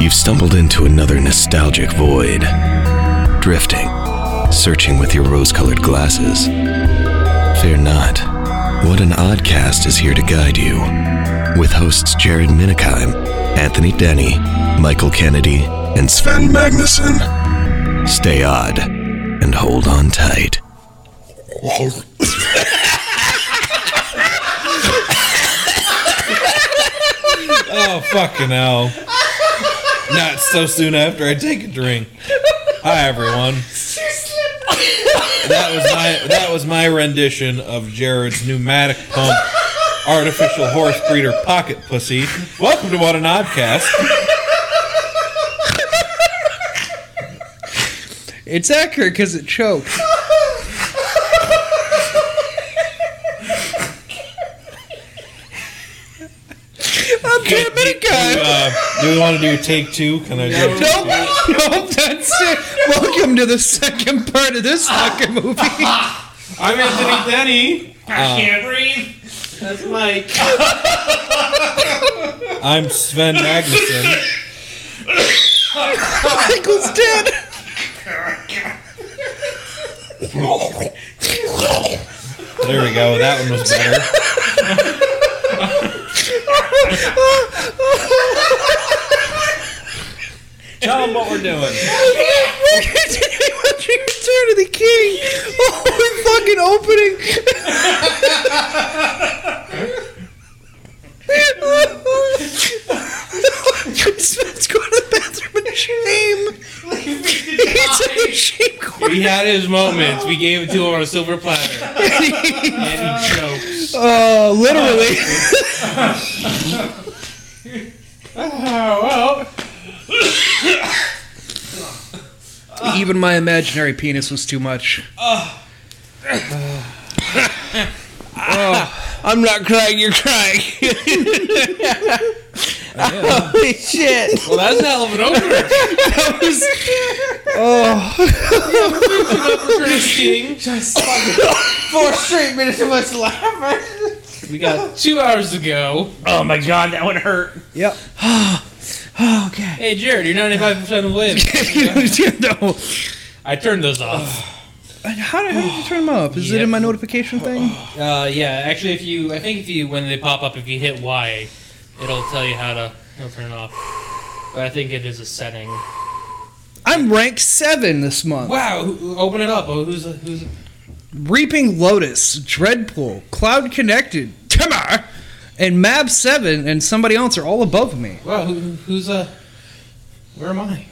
You've stumbled into another nostalgic void. Drifting, searching with your rose colored glasses. Fear not. What an Oddcast is here to guide you. With hosts Jared Minikheim, Anthony Denny, Michael Kennedy, and Sven Magnuson. Stay odd and hold on tight. Oh fucking hell! Not so soon after I take a drink. Hi everyone. That was my that was my rendition of Jared's pneumatic pump artificial horse breeder pocket pussy. Welcome to What an Oddcast. It's accurate because it choked. I'm Jared Minikheim. Uh, do we want to do take two? Can I do? Nope, nope, that's it. Welcome to the second part of this fucking movie. I'm Anthony Denny. Uh, I can't breathe. That's Mike. I'm Sven Magnuson. Michael's dead. There we go. That one was better. Tell them what we're doing. We're continuing with Return of the King. Oh, we're fucking opening. Sven's going to the bathroom in shame. He's in the shame corner. He had his moments. We gave it to him on a silver platter. And he chokes. Oh, literally. Oh, Even my imaginary penis was too much. Oh, I'm not crying, you're crying. Holy shit. Well, that's a hell of an opener. That was. four straight minutes of us laughing. We got two hours to go. Oh my god, that one hurt. Yep. oh, okay. Hey, Jared, you're 95% of the way. no. I turned those off. How do, how do you turn them up? Is it in my notification thing? Uh, yeah, actually, if you, I think if you, when they pop up, if you hit Y, it'll tell you how to it'll turn it off. But I think it is a setting. I'm ranked seven this month. Wow, who- who- open it up. Oh, who's, who's, Reaping Lotus, Dreadpool, Cloud Connected, Timmer, and Mab Seven, and somebody else are all above me. wow, who, who's, uh, where am I?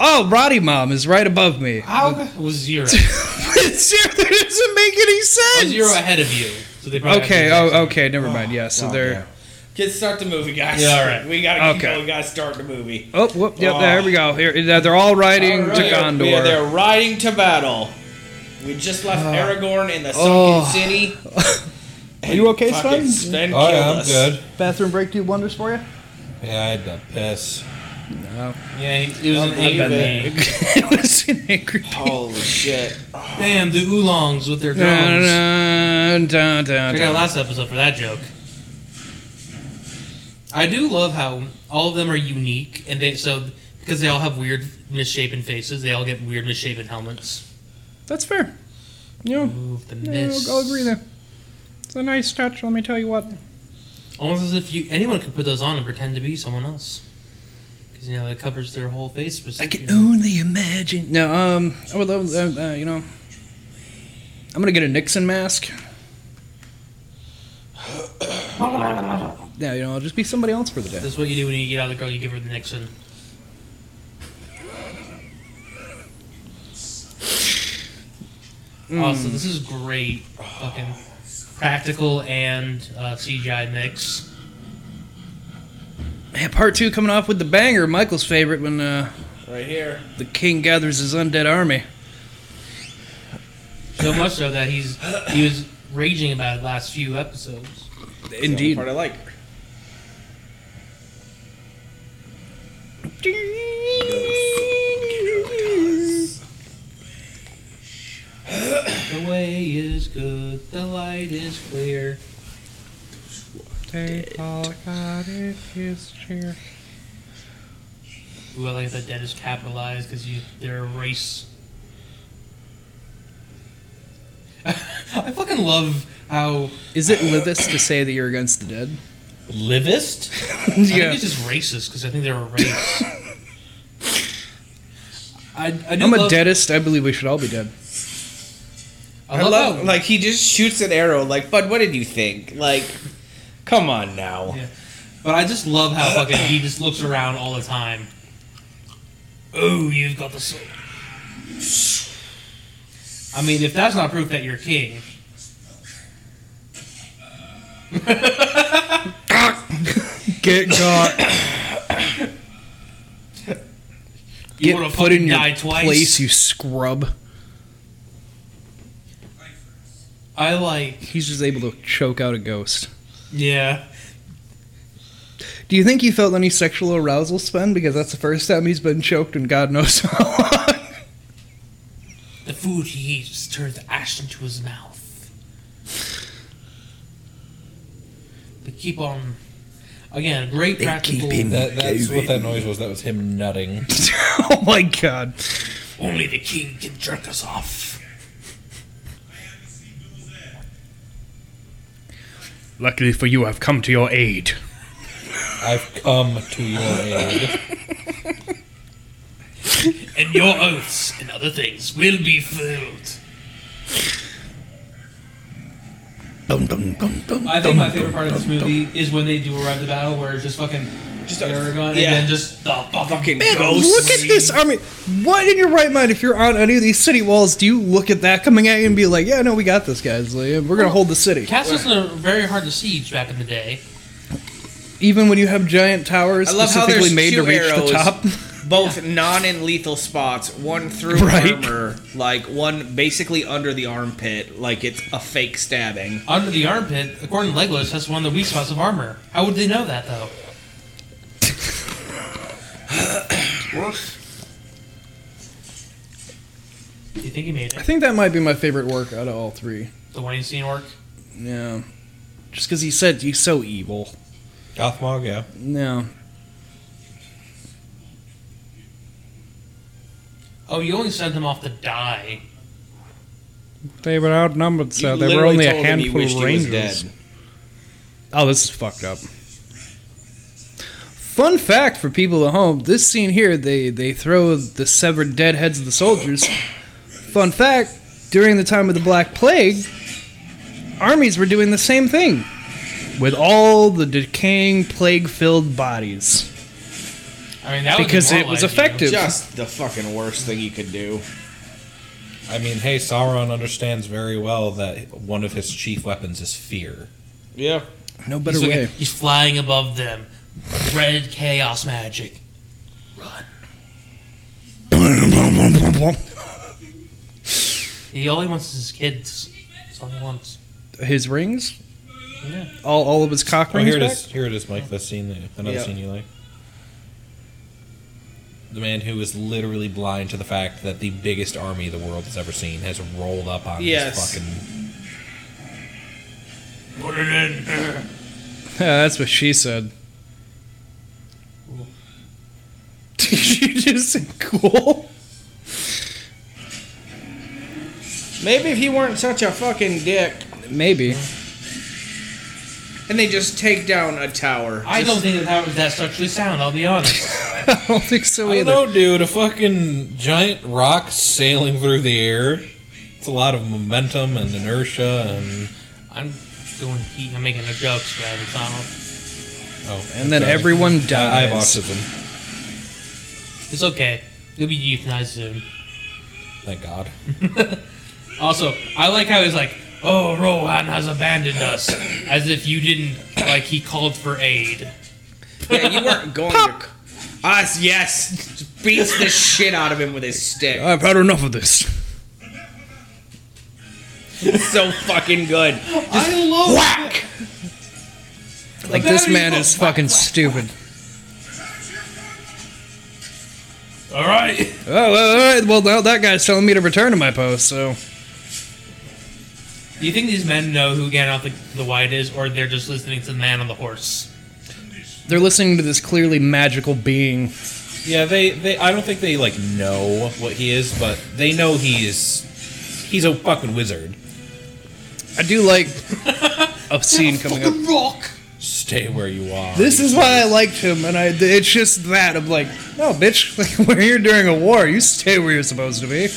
Ah, Oh, Roddy Mom is right above me. How was zero? Seriously, that doesn't make any sense. zero ahead of you. So they probably Okay. have to- Oh, okay. Never mind. Yeah. So they're. Kids, start the movie, guys. Yeah, all right. We gotta keep Okay. going. Gotta start the movie. Oh, whoop. Yep. There we go. Here, they're all riding to We are- we are- Gondor. they're riding to battle. We just left Uh, Aragorn in the sunken Oh. city. Are you okay, Fucking Sven Oh killed yeah, I'm us. good. Bathroom break do wonders for you. Yeah, I had to piss. Yeah, he- it was an been eight. it was an angry. Holy shit. Damn, the oolongs with their drums. Dun, dun, dun, Check out dun. last episode for that joke. I do love how all of them are unique, and they so because they all have weird misshapen faces, they all get weird misshapen helmets. That's fair. You know, Ooh, the yeah, miss. I'll, I'll agree there. It's a nice touch. Let me tell you what. Almost as if you anyone could put those on and pretend to be someone else, because you know it covers their whole face. specifically. only imagine. No, um, I would love, uh, uh, you know, I'm gonna get a Nixon mask. Yeah, you know, I'll just be somebody else for the day. That's what you do when you get out of the girl. You give her the Nixon. Hmm. Awesome. This is great. Fucking practical and uh, CGI mix. Man, part two coming off with the banger, Michael's favorite, when uh, Right here. the king gathers his undead army. So much so that he's he was raging about it last few episodes. Indeed. Part I like. The way is good. The light is clear. Ooh, I like that dead is capitalized because you they're a race. I fucking love how Is it livest to say that you're against the dead? livist. I yeah. think it's just racist because I think they're a race. I, I do I'm a love, deadist. I believe we should all be dead. I I love, love how- like he just shoots an arrow. Like, bud, what did you think? Like, come on now. Yeah. But I just love how fucking he just looks around all the time. Oh, you've got the sword. I mean, if that's not proof that you're king. Get got. You Get wanna put in fucking your die twice? place, you scrub. I like. He's just able to choke out a ghost. Yeah. Do you think he felt any sexual arousal, Sven? Because that's the first time he's been choked in God knows how long. The food he eats turns ash into his mouth. But keep on. Again, great practical. That, that's what that noise was. That was him nutting. oh my god. Only the king can jerk us off. Luckily for you, I've come to your aid. I've come to your aid. And your oaths and other things will be filled. Dum, dum, dum, dum, I think dum, my favorite dum, part of this dum, dum. movie is when they do arrive to battle, where it's just fucking just Aragon, yeah. and then just the Fucking fucking ghost. Look at this army. What in your right mind, if you're on any of these city walls, do you look at that coming at you and be like, yeah, no, we got this, guys. Like, yeah, we're going to hold the city. Castles are very hard to siege back in the day. Even when you have giant towers I love how specifically there's made to two reach arrows, the top. both non and lethal spots, one through Right. armor, like one basically under the armpit, like it's a fake stabbing. Under the armpit, according to Legolas, that's one of the weak spots of armor. How would they know that though? Do you think he made I it? think that might be my favorite work out of all three. The one you seen work? Yeah. Just because he said he's so evil. Gothmog, yeah. No. Oh, you only sent them off to die. They were outnumbered, so You they were literally only a told him you handful wished of he was rangers. dead. Oh, this is fucked up. Fun fact for people at home: this scene here, they they throw the severed dead heads of the soldiers. Fun fact: during the time of the Black Plague, armies were doing the same thing with all the decaying, plague-filled bodies. I mean, that Because would it was demoralize you. effective. Just the fucking worst thing you could do. I mean, hey, Sauron understands very well that one of his chief weapons is fear. Yeah. No He's, better looking- way. he's flying above them. Red chaos magic. Run. He only wants his kids. That's all he wants. His rings, Yeah. all all of his cock Oh, rings. here it back? is. Here it is, Mike. This scene, another Yeah. scene you like. The man who is literally blind to the fact that the biggest army the world has ever seen has rolled up on Yes. his fucking. Put it in. Yeah, that's what she said. she just said cool. Maybe if he weren't such a fucking dick, Maybe. and they just take down a tower. I don't think that that was that structurally sound, I'll be honest. I don't think Oh, so I either. don't know, dude. A fucking giant rock sailing through the air. It's a lot of momentum and inertia and. I'm doing heat. I'm making the jokes, but it's not. Oh, And then sorry. everyone I I have dies. autism. It's okay. You'll be euthanized soon. Thank God. Also, I like how he's like, "Oh, Rohan has abandoned us," as if you didn't. Like he called for aid. Yeah, you weren't going to. Us, yes. Beats the shit out of him with his stick. I've had enough of this. so fucking good. I love whack. Like this man is fucking stupid. All right. Oh, all right. Well, now that guy's telling me to return to my post. So Do you think these men know who Gandalf the, the White is, or they're just listening to the man on the horse? they're listening to this clearly magical being. Yeah, they, they I don't think they like know what he is, but they know he is he's a fucking wizard. I do like a scene coming up. rock. Stay where you are. This is why I liked him, and I it's just that I'm like, no, bitch, like we're here during a war. You stay where you're supposed to be.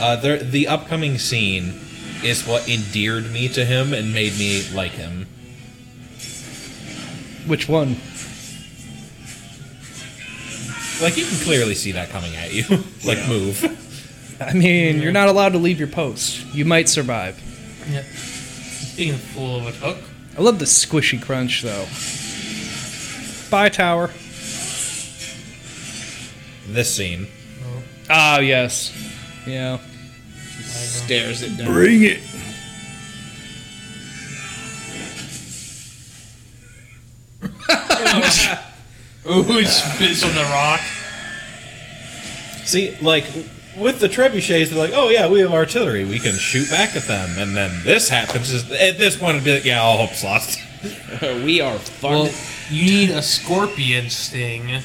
uh, there, the upcoming scene is what endeared me to him and made me like him. Which one? Like you can clearly see that coming at you. like move. I mean, you're not allowed to leave your post. You might survive. Yep. Being a fool of a hook. I love the squishy crunch though. Bye, tower. This scene. Ah, yes. Yeah. Stares it down. Bring it. Ooh, it's bits on the rock. See, like with the trebuchets, they're like, "Oh yeah, we have artillery. We can shoot back at them." And then this happens. Is at this point, it'd be like, "Yeah, all hope's lost." Uh, we are fucked. Well, you need a scorpion sting.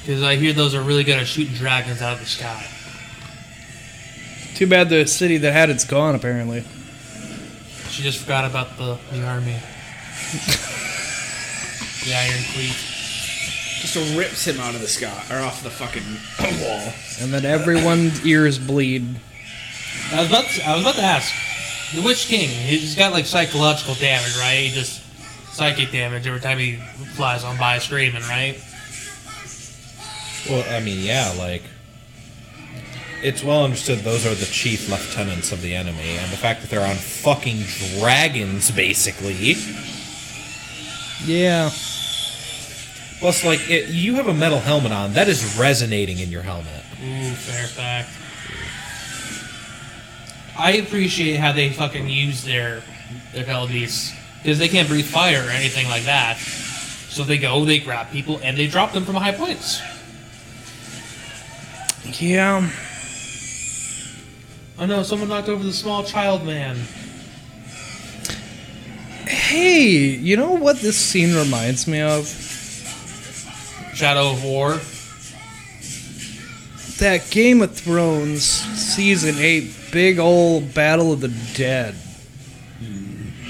Because I hear those are really good at shooting dragons out of the sky. Too bad the city that had it's gone apparently. She just forgot about the, the army. the Iron Queen. just rips him out of the sky or off the fucking wall. And then everyone's ears bleed. I was about to, I was about to ask. The Witch King, he's got like psychological damage, right? He just psychic damage every time he flies on by screaming, right? Well, I mean, yeah, like it's well understood those are the chief lieutenants of the enemy, and the fact that they're on fucking dragons, basically. Yeah. Plus, like, it, you have a metal helmet on that is resonating in your helmet. Ooh, fair fact. I appreciate how they fucking use their their pelvies because they can't breathe fire or anything like that. So they go, they grab people, and they drop them from high points. Yeah. Oh no! Someone knocked over the small child man. Hey, you know what this scene reminds me of? Shadow of War. That Game of Thrones season 8 big old Battle of the Dead.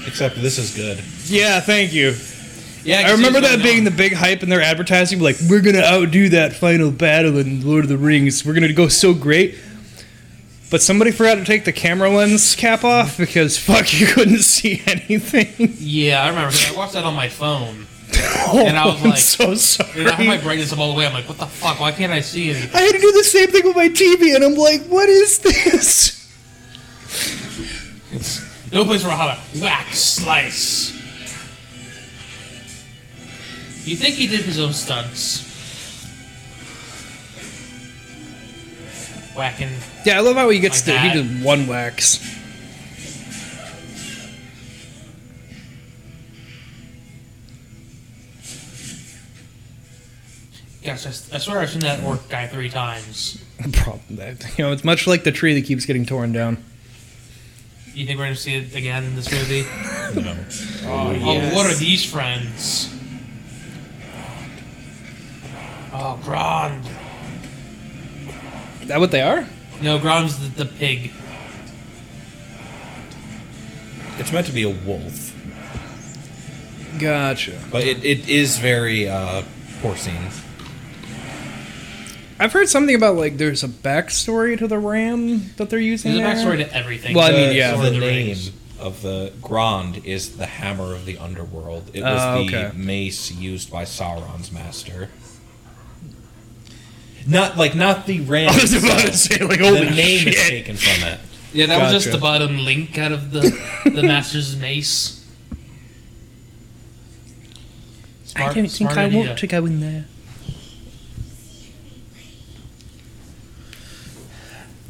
Except this is good. Yeah, thank you. Yeah, I remember that being the big hype in their advertising like we're going to outdo that final battle in Lord of the Rings. We're going to go so great. But somebody forgot to take the camera lens cap off because fuck you couldn't see anything. Yeah, I remember. that. I watched that on my phone. And I was I'm like- so sorry. Dude, I had my brightness up all the way. I'm like, what the fuck? Why can't I see anything? I had to do the same thing with my TV, and I'm like, what is this? No place for a holler. Whack, slice. You think he did his own stunts? Whacking. Yeah, I love how he gets Like to. He that. did one wax. Gosh, I, s- I swear I've seen that orc guy three times. Problem that you know, it's much like the tree that keeps getting torn down. You think we're gonna see it again in this movie? No. Oh, Oh, what are these friends? Oh, Grond. Is that what they are? No, Grom's the, the pig. It's meant to be a wolf, Gotcha. but it, it is very uh, porcine. I've heard something about like there's a backstory to the ram that they're using. There's a there. backstory to everything. Well, I the, mean, yeah. Lord the of the name Rings. of the Grand is the Hammer of the Underworld. It was Oh, the okay. mace used by Sauron's master. Not like not the ram. I was about to itself. say, like, the holy name shit. is taken from it. Yeah, that was just Gotcha. the bottom link out of the the master's mace. Smart, smart idea. go in there.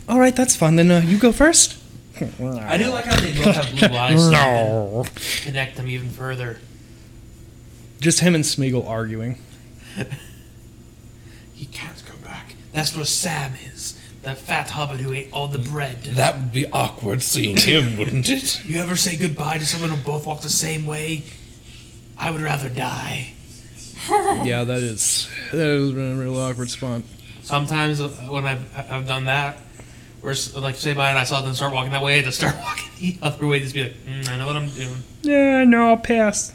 All right, that's fun. Then uh, you go first. I do like how they both have blue eyes. so they can Connect them even further. Just him and Smeagol arguing. He can't go back. That's where Sam is. That fat hobbit who ate all the bread. That would be awkward seeing him, wouldn't it? You ever say goodbye to someone who both walk the same way? I would rather die. Yeah, that is. That has been a real awkward spot. Sometimes uh, when I've, I've done that, or s- like say bye and I saw them start walking that way, I just start walking the other way. Just be like, mm, I know what I'm doing. Yeah, no, I'll pass.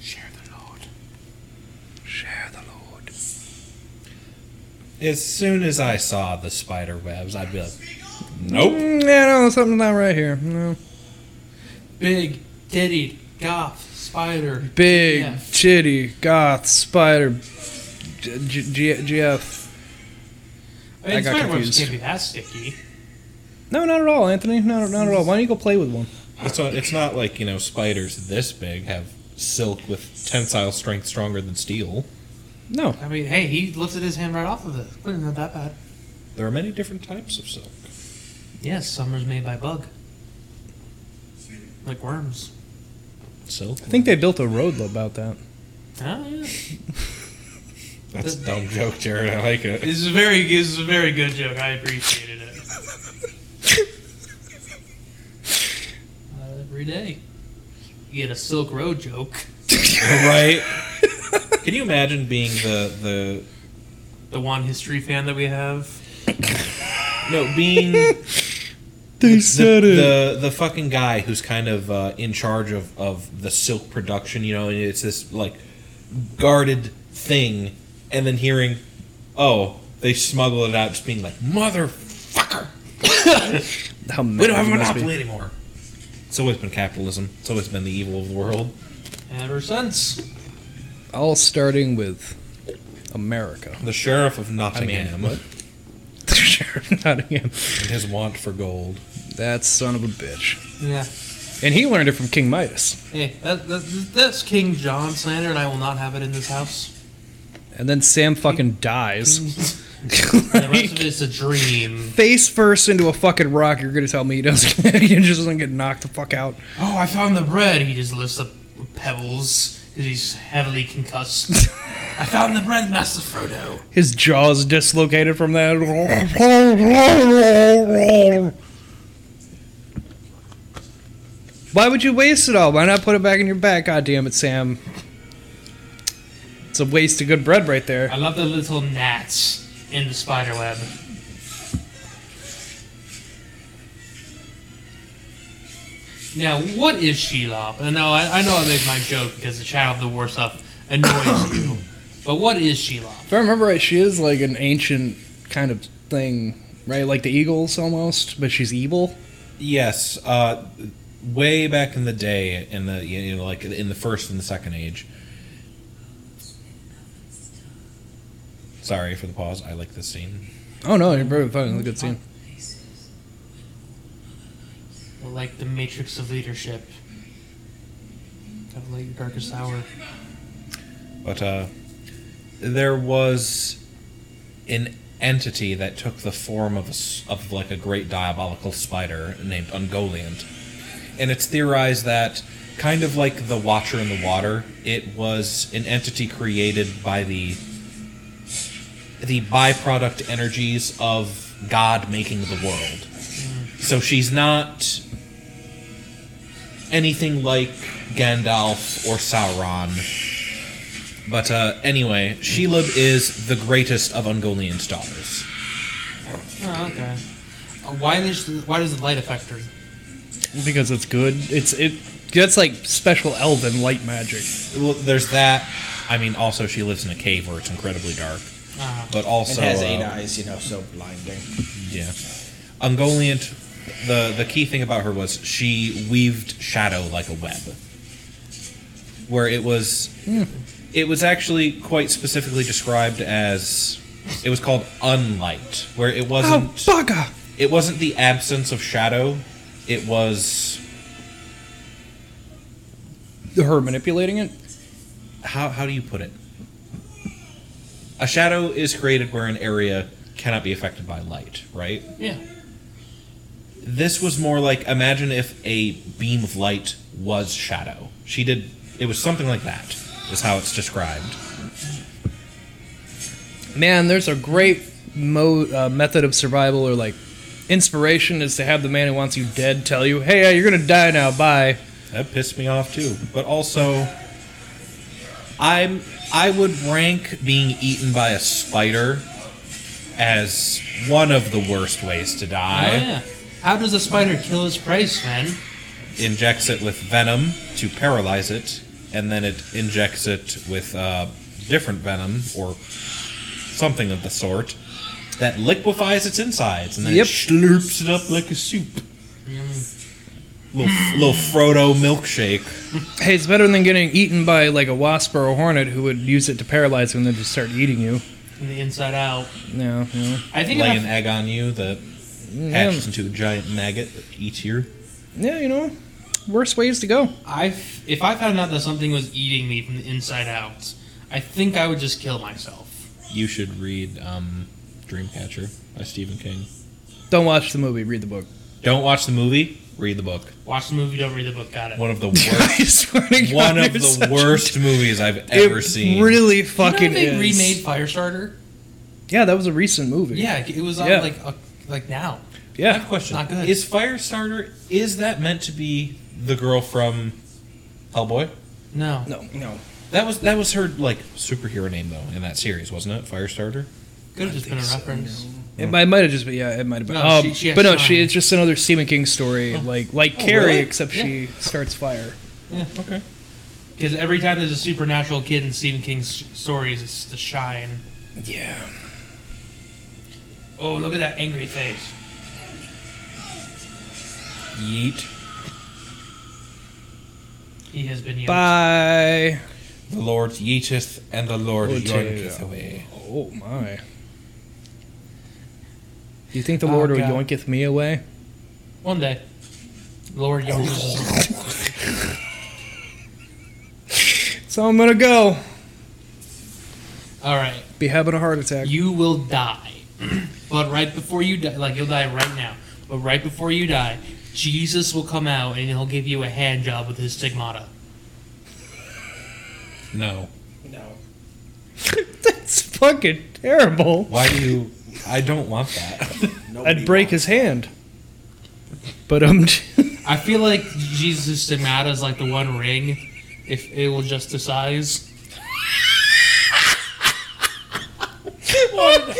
Share the load. Share the Lord. As soon as I saw the spider webs, I'd be like, nope. Mm, yeah, no, something's not right here. No. Big, tittied, goth, spider. Big, Yeah. chitty, goth, spider, G- G- GF. I mean, I got spider webs confused. can't be that sticky. No, not at all, Anthony. Not, not at all. Why don't you go play with one? It's not, it's not like, you know, spiders this big have silk with tensile strength stronger than steel. No. I mean, hey, he lifted his hand right off of it. Clearly not that bad. There are many different types of silk. Yes, summer's made by bug. Like worms. Silk? I think they built a road about that. Oh, yeah. That's a dumb joke, Jared. I like it. This is a very, this is a very good joke. I appreciated it. Not Uh, every day, you get a Silk Road joke. right? Can you imagine being the, the The one history fan that we have. No, being the, They the the fucking guy who's kind of uh, in charge of of the silk production, you know, and it's this like guarded thing, and then hearing, oh, they smuggle it out, just being like, motherfucker, How we don't mad have a you must be. monopoly anymore. It's always been capitalism. It's always been the evil of the world. Ever since, All starting with America. The sheriff of I Nottingham mean, The Sheriff of Nottingham. and his want for gold. That son of a bitch. yeah. And he learned it from King Midas. Hey, that, that, that's King John slander, and I will not have it in this house. And then Sam fucking dies. And the rest of it's a dream. Face first into a fucking rock, you're gonna tell me he doesn't he just doesn't get knocked the fuck out. Oh, I found the bread. He just lifts up pebbles because he's heavily concussed. I found the bread, Master Frodo. His jaw's dislocated from that. Why would you waste it all? Why not put it back in your back? God damn it, Sam. It's a waste of good bread right there. I love the little gnats in the spider web. Now, what is Shelob? I know, I, I know I made my joke because the Shadow of the War stuff annoys you, but what is Shelob? If I remember right, she is like an ancient kind of thing, right? Like the Eagles almost, but she's evil. Yes, uh, way back in the day, in the you know, like in the first and the second age. Sorry for the pause. I like this scene. Oh no, you're very fun. It's a good scene. Like the matrix of leadership. Kind of like Darkest Hour. But uh, there was an entity that took the form of a s of like a great diabolical spider named Ungoliant, and it's theorized that kind of like the Watcher in the Water, it was an entity created by the the byproduct energies of God making the world. So she's not anything like Gandalf or Sauron. But uh, anyway, Shelob is the greatest of Ungoliant daughters. Oh, okay. Uh, Why, is, why does the light affect her? Because it's good. It's it. That's like special elven light magic. Well, there's that. I mean, also she lives in a cave where it's incredibly dark. Ah. But also, it has eight uh, um, eyes, you know, so blinding. yeah, Ungoliant. The the key thing about her was she weaved shadow like a web, where it was it was actually quite specifically described as it was called unlight, where it wasn't. Oh, bugger! it wasn't the absence of shadow. It was Her manipulating it. how how do you put it? A shadow is created where an area cannot be affected by light, right? Yeah. This was more like imagine if a beam of light was shadow. She did it was something like that is how it's described. Man, there's a great mo- uh, method of survival or like inspiration is to have the man who wants you dead tell you, "Hey, uh, you're gonna die now. Bye." That pissed me off too. But also I'm I would rank being eaten by a spider as one of the worst ways to die. Oh, yeah. How does a spider kill its prey, Sven? Injects it with venom to paralyze it, and then it injects it with uh, different venom or something of the sort that liquefies its insides, and then Yep. it slurps it up like a soup. Little, little Frodo milkshake. Hey, it's better than getting eaten by like a wasp or a hornet who would use it to paralyze you and then just start eating you. From the inside out. No, no. I think Lay about an egg on you that hatches into a giant maggot that eats you. Yeah, you know, worst ways to go. I've, if I found out that something was eating me from the inside out, I think I would just kill myself. You should read um, Dreamcatcher by Stephen King. Don't watch the movie, read the book. Don't watch the movie. Read the book. Watch the movie, don't read the book. Got it. One of the worst. I swear to God, one of you're the such- worst movies I've ever it seen. Really You know fucking they is. remade Firestarter? Yeah, that was a recent movie. Yeah, it was on Yeah. like uh, like I now. have yeah. a question. Not good. Is Firestarter? Is that meant to be the girl from Hellboy? No. No, no. That was that was her like superhero name though in that series, wasn't it? Firestarter. Could have just been a reference. It, might- it might have just been. Yeah, it might have been. No, um, she- she has Oh. but no, time. she. It's just another Stephen King story, like like Carrie, really? except she starts fire. Okay. Because every time there's a supernatural kid in Stephen King's stories, it's the shine. Yeah. Oh, look at that angry face. Yeet. He has been young. Bye. The Lord yeeteth and the Lord Lord yoinketh yeah. away. Oh my. Do you think the Lord will Oh, God. yoinketh me away? One day. Lord Yonketh. So I'm gonna go. All right. Be having a heart attack. You will die. but right before you die, like you'll die right now, but right before you die, Jesus will come out and he'll give you a hand job with his stigmata. No. That's fucking terrible. Why do you? I don't want that. I'd break his hand. But um, I feel like Jesus' stigmata is like the one ring, if it will just the size.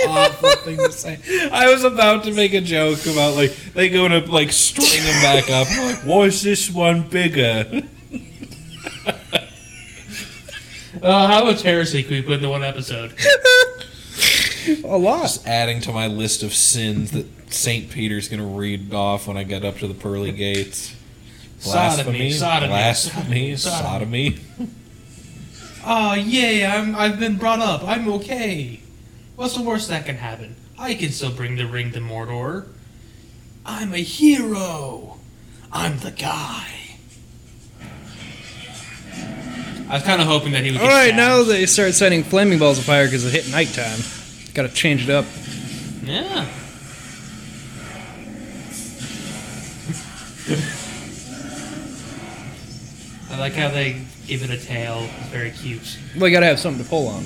awful thing to say. I was about to make a joke about like they go to like string him back up. Like, why is this one bigger? Uh, how much heresy could we put into one episode? a lot. Just adding to my list of sins that Saint Peter's gonna read off when I get up to the pearly gates. Sodomy, sodomy, blasphemy, sodomy. sodomy. Oh, yay, I'm, I've been brought up. I'm okay. What's the worst that can happen? I can still bring the ring to Mordor. I'm a hero. I'm the guy. I was kind of hoping that he would get All right, stabbed. now they start setting flaming balls of fire because it hit nighttime. Got to change it up. Yeah. I like how they give it a tail. It's very cute. Well, you got to have something to pull on.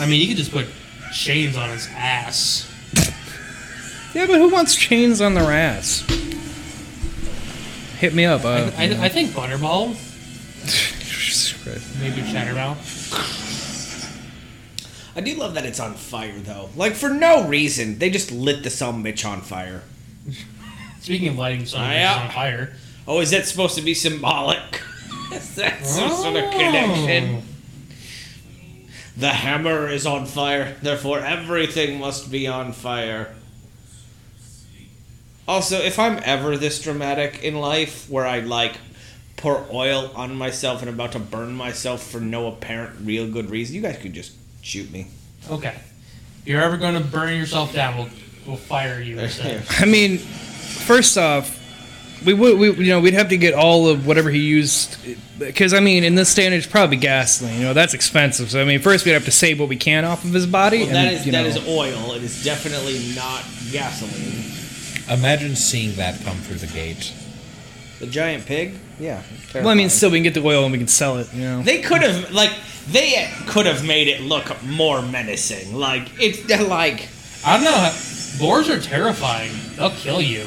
I mean, you could just put chains on its ass. Yeah, but who wants chains on their ass? Hit me up. Uh, I, I think Butterball, Jesus Christ. maybe Chattermouth. I do love that it's on fire though. Like for no reason, they just lit the some bitch on fire. Speaking of lighting something Ah, yeah. on fire, Oh, is that supposed to be symbolic? is that some sort of connection? The hammer is on fire, therefore everything must be on fire. Also, if I'm ever this dramatic in life where I like pour oil on myself and about to burn myself for no apparent real good reason, you guys could just shoot me. okay. If you're ever gonna burn yourself down, we'll, we'll fire you. instead. I mean, first off, we would we you know we'd have to get all of whatever he used because I mean in this day and age probably gasoline. You know that's expensive. So I mean first we'd have to save what we can off of his body. Well, and, that is you that know, is oil. It is definitely not gasoline. Imagine seeing that come through the gate. The giant pig. Yeah. Well, I mean terrifying. still we can get the oil and we can sell it. You know. They could have like they could have made it look more menacing. Like it's like I don't know. Boars are terrifying. They'll kill you.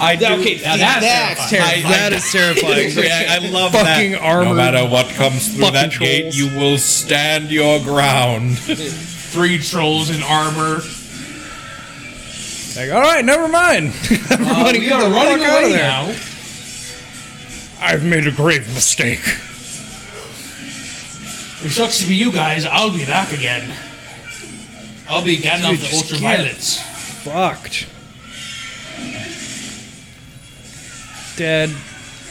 I do, Okay, now that's that's terrifying. I- That is terrifying. I, I love Fucking that. armored No matter what comes through fucking that gate, trolls. you will stand your ground. Three trolls in armor. Like, all right, never mind. Everybody, Oh, we get are the running fuck out of away there. now. I've made a grave mistake. It sucks to be you guys. I'll be back again. I'll be getting off the just ultraviolets. Fucked. Dead.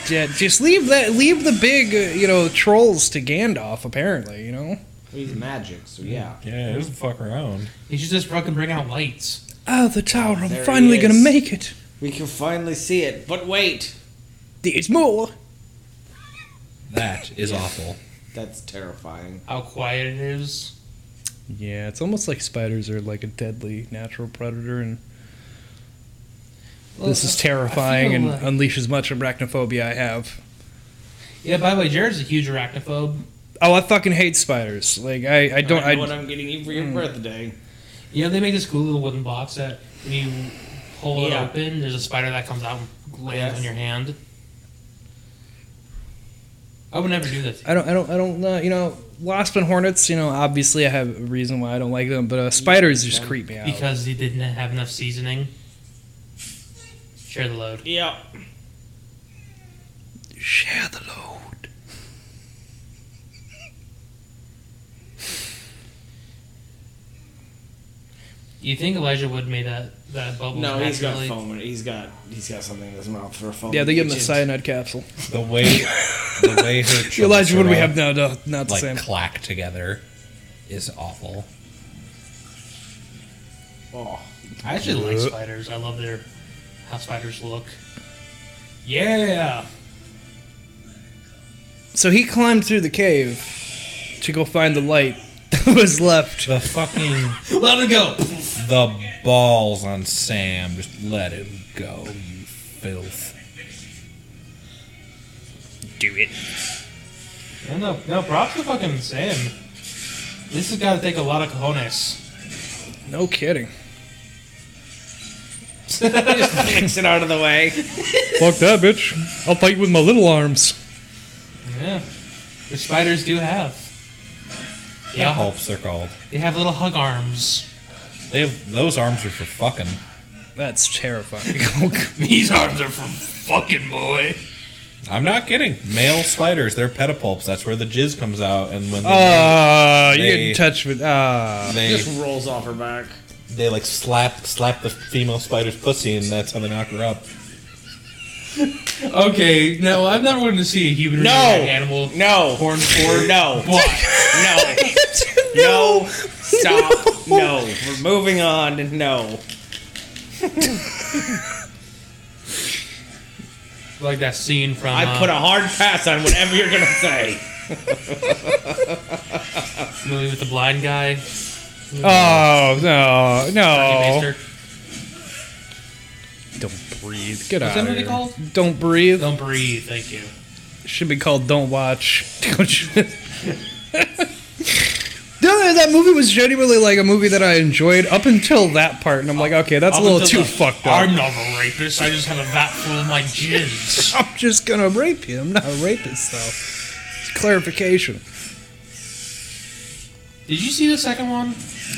Dead. Just leave that. Leave the big, uh, you know, trolls to Gandalf. Apparently, you know. He's magic, so yeah. yeah, it doesn't fuck around. He should just fucking bring out lights. Oh, the tower! I'm There he finally gonna is. make it. We can finally see it. But wait! There's more. That is awful. That's terrifying. How quiet it is. Yeah, it's almost like spiders are like a deadly natural predator, and this is terrifying and like- unleashes much arachnophobia I have. Yeah, by the way, Jared's a huge arachnophobe. Oh, I fucking hate spiders. Like I, I don't. I Mm. know what I, I'm getting you for your birthday. You know, they make this cool little wooden box that when you pull Yeah. it open, there's a spider that comes out and lands Yes. on your hand. I would never do that. I don't. I don't. I don't. Uh, you know, wasp and hornets. You know, obviously I have a reason why I don't like them, but uh, spiders just creep me out. Because he didn't have enough seasoning. Share the load. Yeah. Share the load. You think Elijah Wood made that that bubble? No, he's got naturally? foam. He's got he's got something in his mouth for a foam. Yeah, they give them a agent. cyanide capsule. The way, the way her chunks Elijah, what are do we all, have now? No, not the Like same. clack together, is awful. Oh, I actually like spiders. I love their how spiders look. Yeah. So he climbed through the cave to go find the light that was left. The fucking Let him go. the balls on Sam. Just let him go, you filth. Do it. No, no, no. Props to fucking Sam. This has got to take a lot of cojones. No kidding. Fix it out of the way. Fuck that, bitch. I'll fight with my little arms. Yeah. Which spiders do have. Yeah, Yeah, hulps they're called. they have little hug arms. They have, those arms are for fucking. That's terrifying. These arms are from fucking boy. I'm not kidding. Male spiders, they're pedipalps. That's where the jizz comes out, and when they, Ah, Oh, you get They- in touch with ah. they Just rolls off her back. they like slap slap the female spider's pussy, and that's how they knock her up. Okay, no, I've never wanted to see a human No. rearing animal. No. Horn forward. No. No. No. Stop. No. We're moving on. No. Like that scene from. I uh, put a hard pass on whatever you're gonna say. movie with the blind guy. Oh no, no! Master. Don't breathe. Get out. that of movie here. called? Don't breathe. Don't breathe. Thank you. Should be called Don't Watch. Don't you- No, that movie was genuinely like a movie that I enjoyed up until that part, and I'm like, okay, that's a little too fucked up. I'm not a rapist. I just have a vat full of my jizz. I'm just gonna rape you. I'm not a rapist, though. It's clarification. Did you see the second one?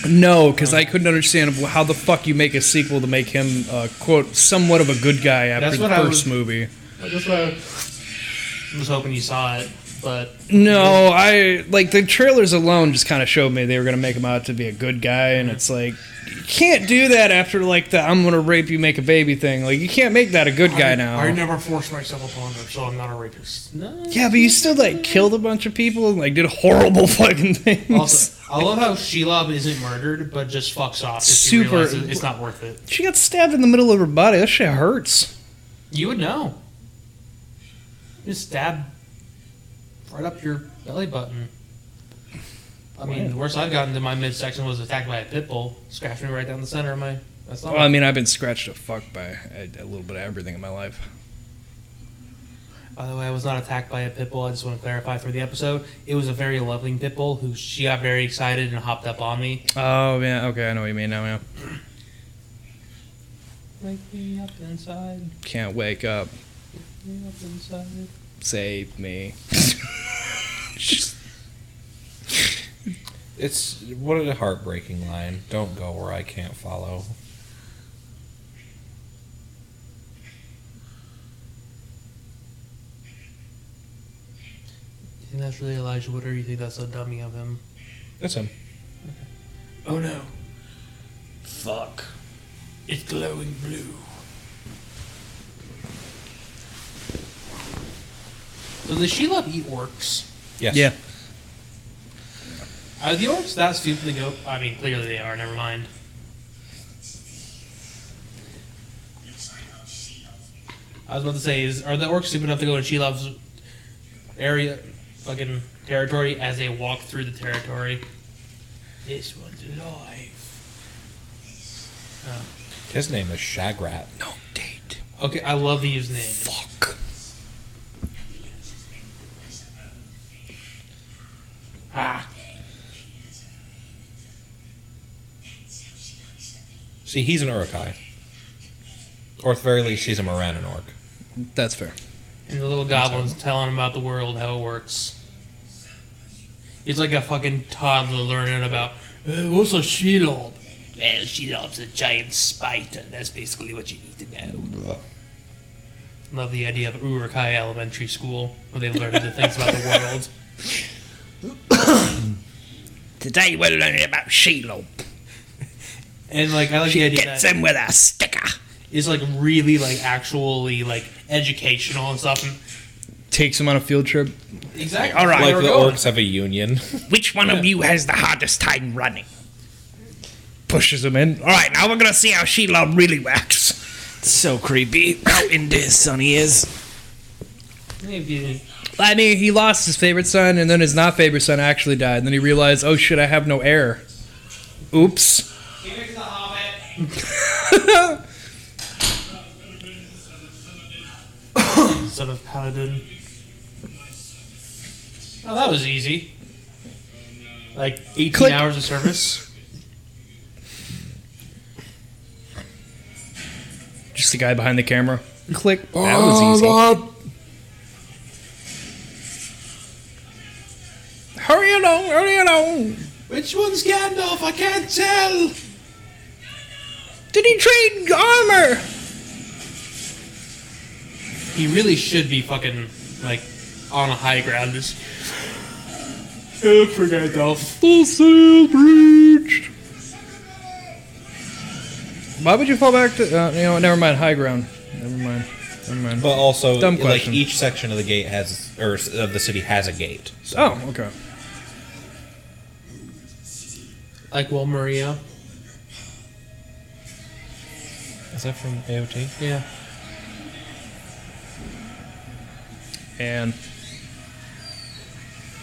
No, because I couldn't understand wh- how the fuck you make a sequel to make him, uh, quote, somewhat of a good guy after That's the what I first was- movie. That's why I was hoping you saw it, but No, I like the trailers alone just kind of showed me they were gonna make him out to be a good guy, and it's like you can't do that after like the "I'm gonna rape you, make a baby" thing. Like you can't make that a good guy now. I never forced myself upon her, so I'm not a rapist. No. yeah, but you still like killed a bunch of people and like did horrible fucking things. Also, I love how Shelob isn't murdered, but just fucks off. If she Super- realizes It's not worth it. she got stabbed in the middle of her body. That shit hurts. You would know. Just stab right up your belly button. I mean, the worst I've gotten to my midsection was attacked by a pit bull, scratched me right down the center of my. That's not. Well, I mean, I've been scratched to fuck by a, a little bit of everything in my life. By the way, I was not attacked by a pit bull. I just want to clarify for the episode. It was a very loving pit bull who she got very excited and hopped up on me. Oh yeah, okay, I know what you mean now. Yeah. Wake me up inside. Can't wake up. Wake me up inside. Save me. It's what a heartbreaking line. Don't go where I can't follow. You think that's really Elijah Wood, or you think that's a dummy of him? That's him. Oh no, Fuck. it's glowing blue. So the Shelob eat orcs. Yes. Yeah. Are the orcs that stupid to go? I mean, clearly they are. Never mind. I was about to say, is are the orcs stupid enough to go to Shelob's area, fucking territory, as they walk through the territory? This one's alive. His name is Shagrat. No date. Okay, I love the username. Fuck. Ah, See, he's an Urukai. Or at the very least, she's a Moranan orc. That's fair. and the little goblin's telling him about the world, how it works. He's like a fucking toddler learning about "Uh, what's a Shelob. Well, she loves a giant spider. That's basically what you need to know. Love the idea of Urukai Elementary School, where they learn the things about the world. Today we're learning about Shelob. And like, I like the idea Gets that him with a sticker. it's like really like actually like educational and stuff. And Takes him on a field trip. exactly. All right. Like the orcs have a union. Which one of you has the hardest time running? Pushes him in. All right, now we're gonna see how Shelob really works. So creepy. How into his son he is. Maybe. And he, he lost his favorite son, and then his not favorite son actually died. And then he realized, oh shit, I have no heir. Oops. Son of Paladin. Oh, that was easy. Like 18 Click. hours of service. Just the guy behind the camera. Click. That was easy. Hurry along, hurry along. Which one's Gandalf? I can't tell. Did he trade armor? He really should be fucking like on a high ground. Just oh, for Gandalf. Full sail breached. Why would you fall back to? Uh, you know, what, never mind. High ground. Never mind. Never mind. But also, Dumb like question. each section of the gate has, or of the city has a gate. So. Oh, okay. Like well, Maria. Is that from AOT? Yeah. And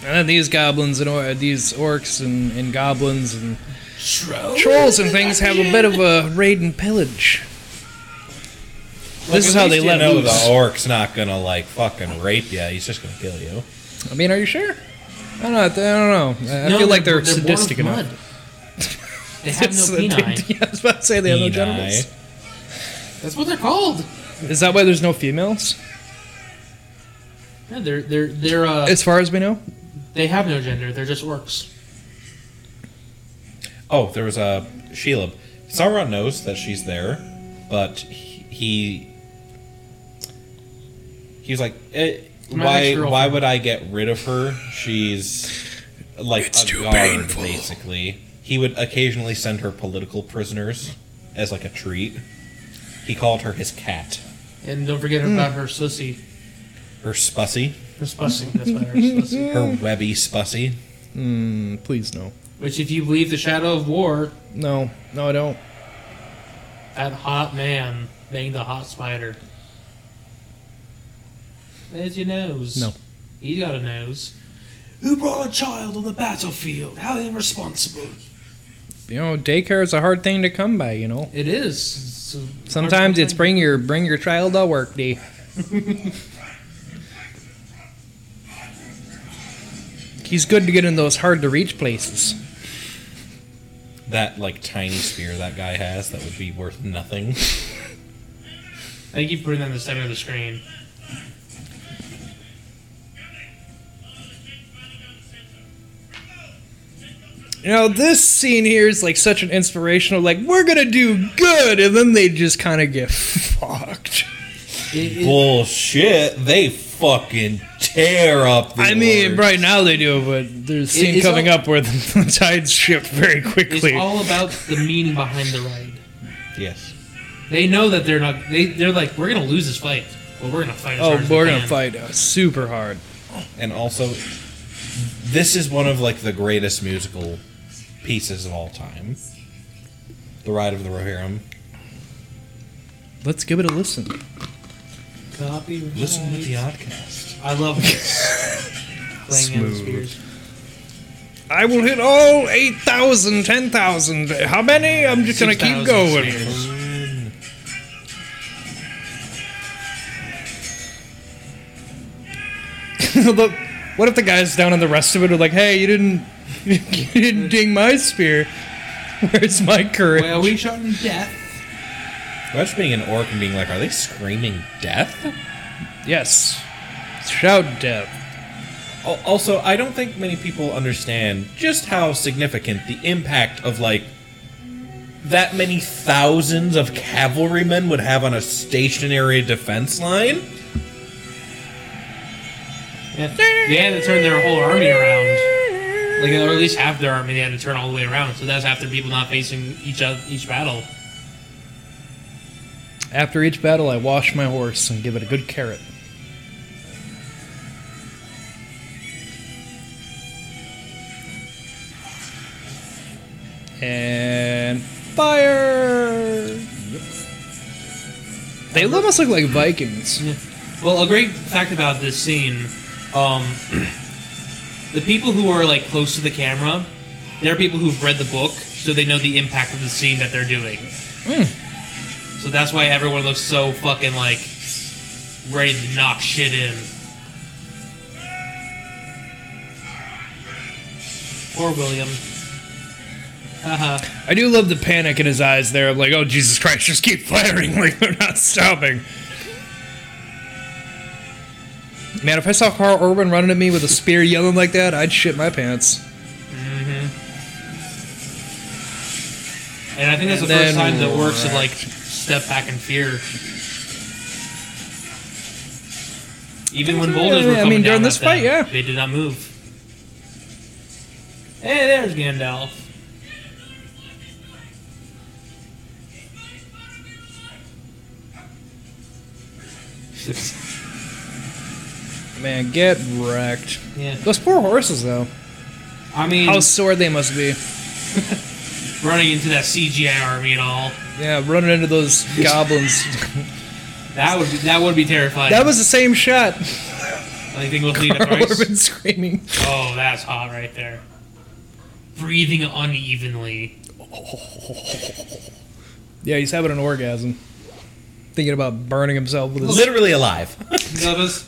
and then these goblins and or, these orcs and, and goblins and trolls and things have a bit of a raid and pillage. this is how they let know the loose. orc's not gonna like fucking rape you. He's just gonna kill you. I mean, are you sure? I don't know. I don't know. I feel like they're, sadistic born enough. with mud. They have no peni. Yeah, I was about to say they have no Peni. genitals. That's what they're called. Is that why there's no females, Yeah, they're they're they're uh, as far as we know? they have no gender. They're just orcs. Oh, there was a Shelob. Sauron knows that she's there, but he he's like, eh, My why ex-girlfriend. why would I get rid of her? She's like It's a too guard, painful. basically. He would occasionally send her political prisoners as like a treat. He called her his cat, And don't Hmm. forget about her sussy. her spussy, Her spussy. That's why her sussy. her webby spussy. Mm, please no. Which, if you believe the Shadow of War, No, no, I don't. that hot man banged the hot spider. There's your nose. No. He's got a nose. Who brought a child on the battlefield? How irresponsible. You know, daycare is a hard thing to come by. You know, It is. It's a- sometimes it's bring your bring your child to work day. He's good to get in those hard to reach places. That like tiny spear that guy has that would be worth nothing. I keep putting that in the center of the screen. You know, this scene here is like such an inspirational, like, we're gonna do good, and then they just kind of get fucked. Bullshit. They fucking tear up the I mean, org. right now they do, but there's a scene it's coming all- up where the, the tides shift very It's quickly. all about the meaning behind the ride. Yes. They know that they're not. They they're like, we're gonna lose this fight, but we're gonna fight. As hard oh, as we we're gonna can." fight uh, super hard. And also, this is one of like the greatest musical pieces of all time. The Ride of the Rohirrim. Let's give it a listen. Copyright. Listen to the Oddcast. I love this. Playing in the spears. I will hit all 8,000, 10,000. How many? I'm just gonna keep 6,000 going. spears. Look, what if the guys down on the rest of it are like, hey, you didn't, you didn't ding my spear. Where's my courage? Well, we shot in death. Imagine being an orc and being like, are they screaming death? Yes. Shout death. Al- Also, I don't think many people understand just how significant the impact of like that many thousands of cavalrymen would have on a stationary defense line. Yeah. They had to turn their whole army around. Like, or at least half their army, they had to turn all the way around. So that's half their people not facing each other, each battle. After each battle, I wash my horse and give it a good carrot. And fire! They almost look like Vikings. Well, a great fact about this scene, um, the people who are like close to the camera, they're people who've read the book, so they know the impact of the scene that they're doing. So that's why everyone looks so fucking like ready to knock shit in. Or William. Haha. I do love the panic in his eyes there. I'm like, oh, Jesus Christ, just keep firing. Like, they're not stopping. Man, if I saw Carl Urban running at me with a spear yelling like that, I'd shit my pants. and I think that's And the first then time the orcs have like step back in fear. Even when boulders were Yeah, I coming mean, during down this at them, fight, yeah. they did not move. Hey, there's Gandalf. Man, get wrecked. Yeah, Those poor horses, though. I mean, How sore they must be. running into that CGI army and all Yeah, running into those goblins. that would be, that would be terrifying. That was the same shot. I think we'll see the Carl price. Urban screaming. Oh, that's hot right there. Breathing unevenly. Yeah, he's having an orgasm. Thinking about burning himself with his. Literally alive. That was-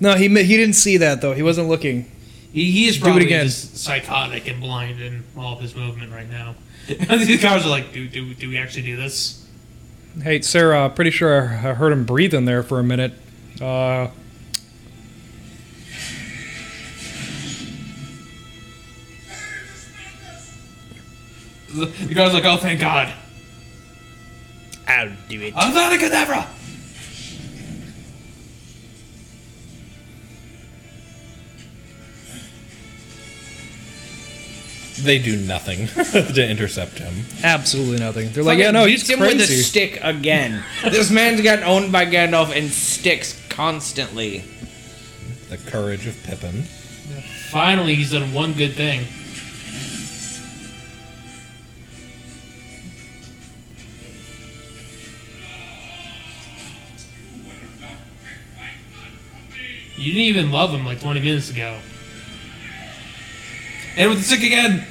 No, he mi- he didn't see that though. He wasn't looking. He, he is it probably again. just psychotic and blind in all of his movement right now. These guys are like, do, do, do we actually do this? Hey, Sarah, pretty sure I I heard him breathe in there for a minute. Uh, The the guys are like, oh, thank God. I'll do it. I'm not a cadabra! They do nothing to intercept him. absolutely nothing. They're like, yeah, no, he's beats him with a crazy. stick again. this man's gotten owned by Gandalf and sticks constantly. The courage of Pippin. Finally, he's done one good thing. You didn't even love him like 20 minutes ago. And with the stick again,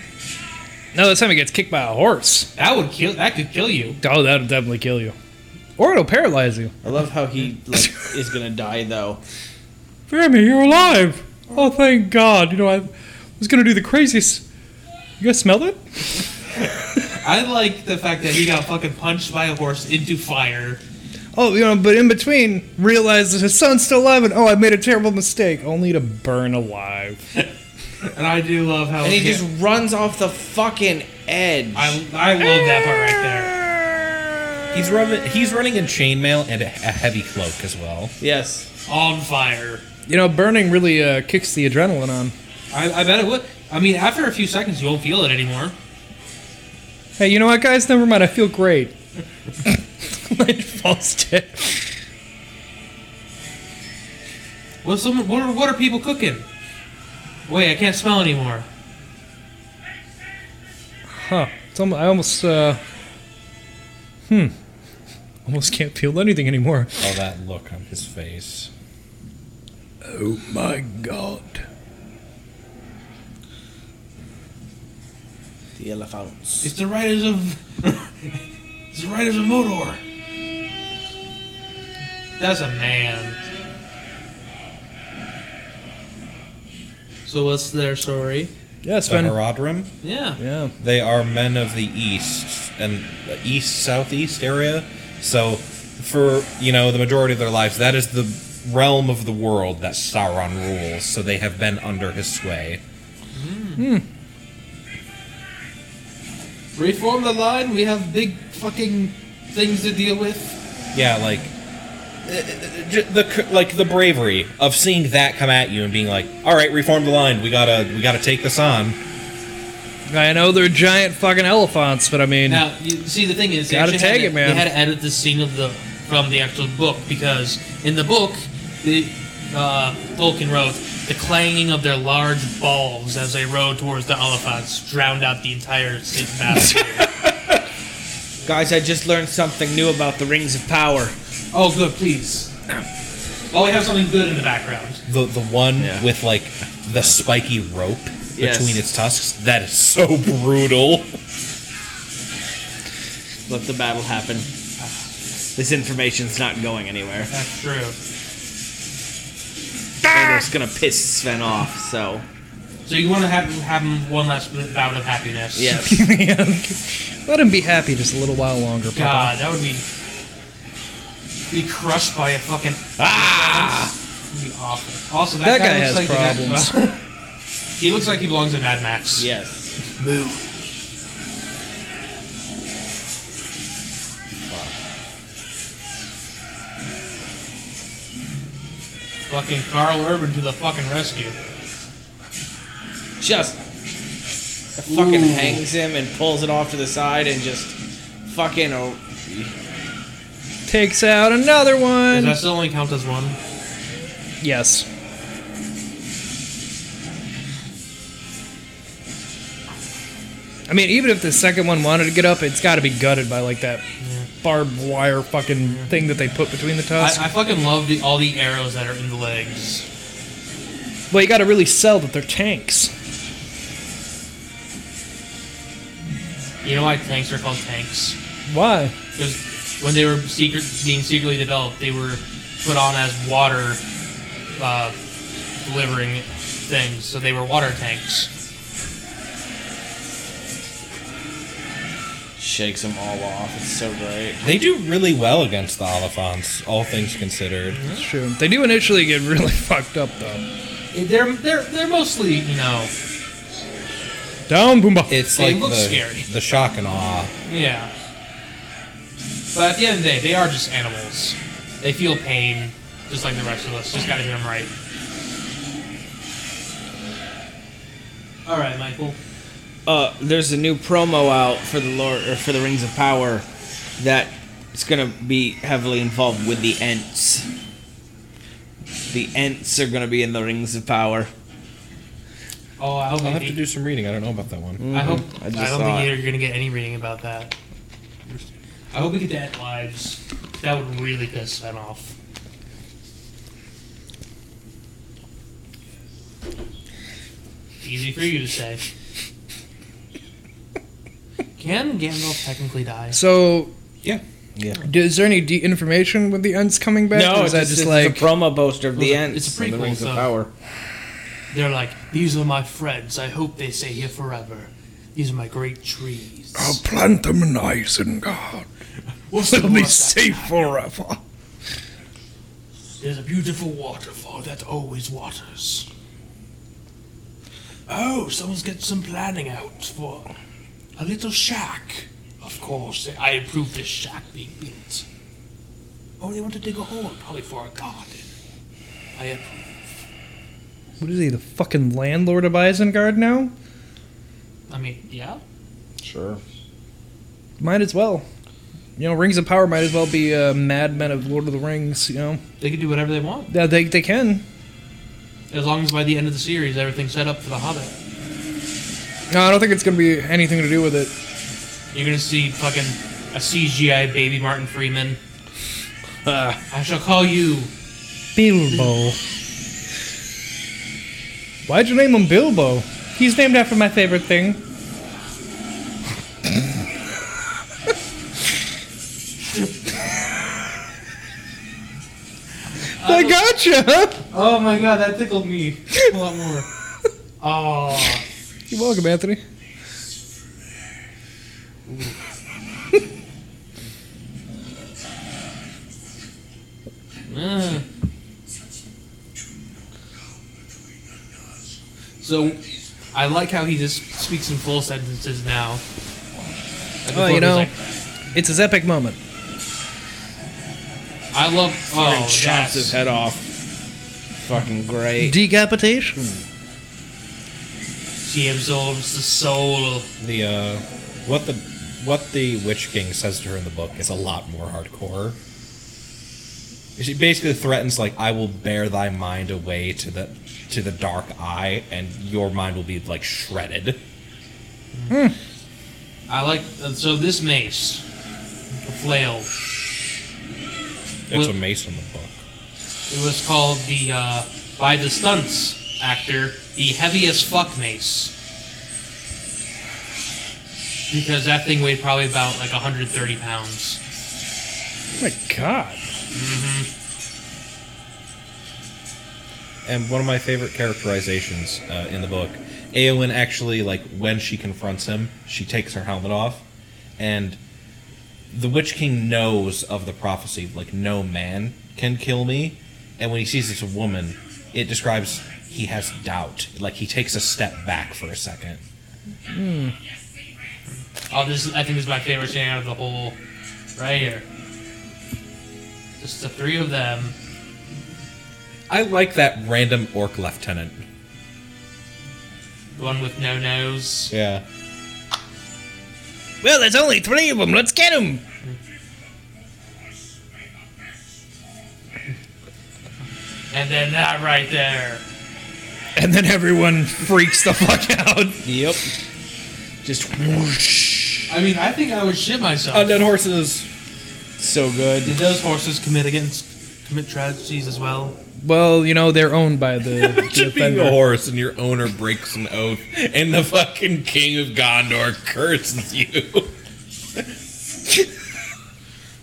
No, this time he gets kicked by a horse. that would kill. That could kill you. Oh, that'll definitely kill you, or it'll paralyze you. I love how he like is gonna die though. Family, you're alive! Oh, thank God. You know, I was gonna do the craziest. You guys smell it? I like the fact that he got fucking punched by a horse into fire. Oh, you know, but in between, realizes his son's still alive, and oh, I made a terrible mistake, only to burn alive. And I do love how And he yeah, just runs off the fucking edge. I, I love that part right there. He's running. He's running in chainmail and a, a heavy cloak as well. yes. On fire. You know, burning really uh, kicks the adrenaline on. I, I bet it would. I mean, after a few seconds, you won't feel it anymore. Hey, you know what, guys? Never mind. I feel great. Lynch falls dead. Well, some, what, are, what are people cooking? Wait, I can't smell anymore. Huh. It's almo- I almost, uh. Hmm. Almost can't feel anything anymore. Oh, that look on his face. Oh my god. The elephants. It's the riders of. it's the riders of Motor. That's a man. So what's their story? Yeah, The Sven. Herodrim. Yeah. Yeah. They are men of the east and the east southeast area. So, for you know the majority of their lives, that is the realm of the world that Sauron rules. So they have been under his sway. Reform the line. We have big fucking things to deal with. Yeah, like uh, uh, j- the c- like the bravery of seeing that come at you and being like, "All right, reform the line. We gotta we gotta take this on." I know they're giant fucking elephants, but I mean. Now, you see, the thing is, they Gotta actually had tag to- it, man. They had to edit the scene of the from the actual book because in the book, the uh, Tolkien wrote the clanging of their large balls as they rode towards the elephants drowned out the entire scene battle. Guys, I just learned something new about the Rings of Power. oh, good, please. Oh, we have something good in the background. The the one Yeah. with like the spiky rope Yes. between its tusks. That is so brutal. Let the battle happen. This information's not going anywhere. That's true. And it's gonna piss Sven off, so. So you want to have have one last bout of happiness? Yes. Let him be happy just a little while longer, Papa. God, that would be be crushed by a fucking ah. Be awful. Also, That that, guy, guy looks has like the guy- he looks like he belongs in Mad Max. yes. Fucking Carl Urban to the fucking rescue. Just. Fucking hangs him and pulls it off to the side and just fucking. Oh, Takes out another Does one. that still only count as one? Yes. I mean, even if the second one wanted to get up, it's got to be gutted by like that barbed wire fucking thing that they put between the tusks. I, I fucking love the, all the arrows that are in the legs. well, you got to really sell that they're tanks. You know why tanks are called tanks? Why? Because when they were secret, being secretly developed, they were put on as water uh, delivering things. So they were water tanks. shakes them all off. It's so great. They do really well against the Oliphants, all things considered. That's true. They do initially get really fucked up though. They're they're they're mostly you know Down, Boomba. It's They like look the, scary. the shock and awe. yeah. But at the end of the day, they are just animals. They feel pain, just like the rest of us. Just gotta hit them right. All right, Michael. uh, there's a new promo out for the Lord or for the Rings of Power that it's gonna be heavily involved with the Ents. The Ents are gonna be in the Rings of Power. Oh, I hope I'll I, have to do some reading. I don't know about that one. I hope Mm-hmm. I I, just don't saw think it. you're gonna get any reading about that. I hope we get that lives. That would really piss Sven off. Easy for you to say. Can Gandalf technically die? So Yeah. Yeah. d- is there any de- information with the ends coming back? or is that just, like a promo poster of the Well, Ents. it's a and the prequel, Rings so- of Power. They're like, these are my friends. I hope they stay here Oh, forever. These are my great trees. I'll plant them in Isengard. What's We'll the be worst that safe can happen? forever. There's a beautiful waterfall that always waters. Oh, someone's got some planning out for a little shack. Of course, I approve this shack being built. Oh, they want to dig a hole, probably for a garden. I approve. What is he, the fucking landlord of Isengard now? I mean, yeah. Sure. Might as well. You know, Rings of Power might as well be uh, Mad Men of Lord of the Rings, you know? They can do whatever they want, Yeah, they, they can. as long as by the end of the series everything's set up for the Hobbit. No, I don't think it's going to be anything to do with it. You're gonna see fucking a CGI baby Martin Freeman. I shall call you Bilbo. Why'd you name him Bilbo? He's named after my favorite thing. I gotcha! Oh my god, that tickled me a lot more. Oh, You're welcome, Anthony. so I like how he just speaks in full sentences now. Oh, Like before you it was know, like, it's his epic moment. I love. Oh, chops his yes. head off. Fucking great. Decapitation. she absorbs the soul. The uh, what the what the Witch King says to her in the book is a lot more hardcore. She basically threatens like, "I will bear thy mind away to the to the dark eye, and your mind will be like shredded." I like. uh, So this mace, the flail, It's a Well- mace in the book. it was called the uh, by the stunts actor the heavy as fuck mace. Because that thing weighed probably about like 130 pounds. Oh my god. And one of my favorite characterizations uh, in the book, Aowen actually like when she confronts him, she takes her helmet off, and the Witch King knows of the prophecy, like no man can kill me, and when he sees it's a woman, it describes he has doubt, like he takes a step back for a second. Oh, this is, I think this is my favorite scene out of the whole, right here. Just the three of them. I like that random orc lieutenant. The one with no nose. Yeah, Well, there's only three of them. Let's get them. And then that right there. And then everyone freaks the fuck out. Yep. Just whoosh. I mean, I think I would shit myself. Oh, undead horses. So good. Did those horses commit against commit tragedies as well? Well, you know, they're owned by the, the Imagine being offender. a horse and your owner breaks an oath, and the fucking king of Gondor curses you.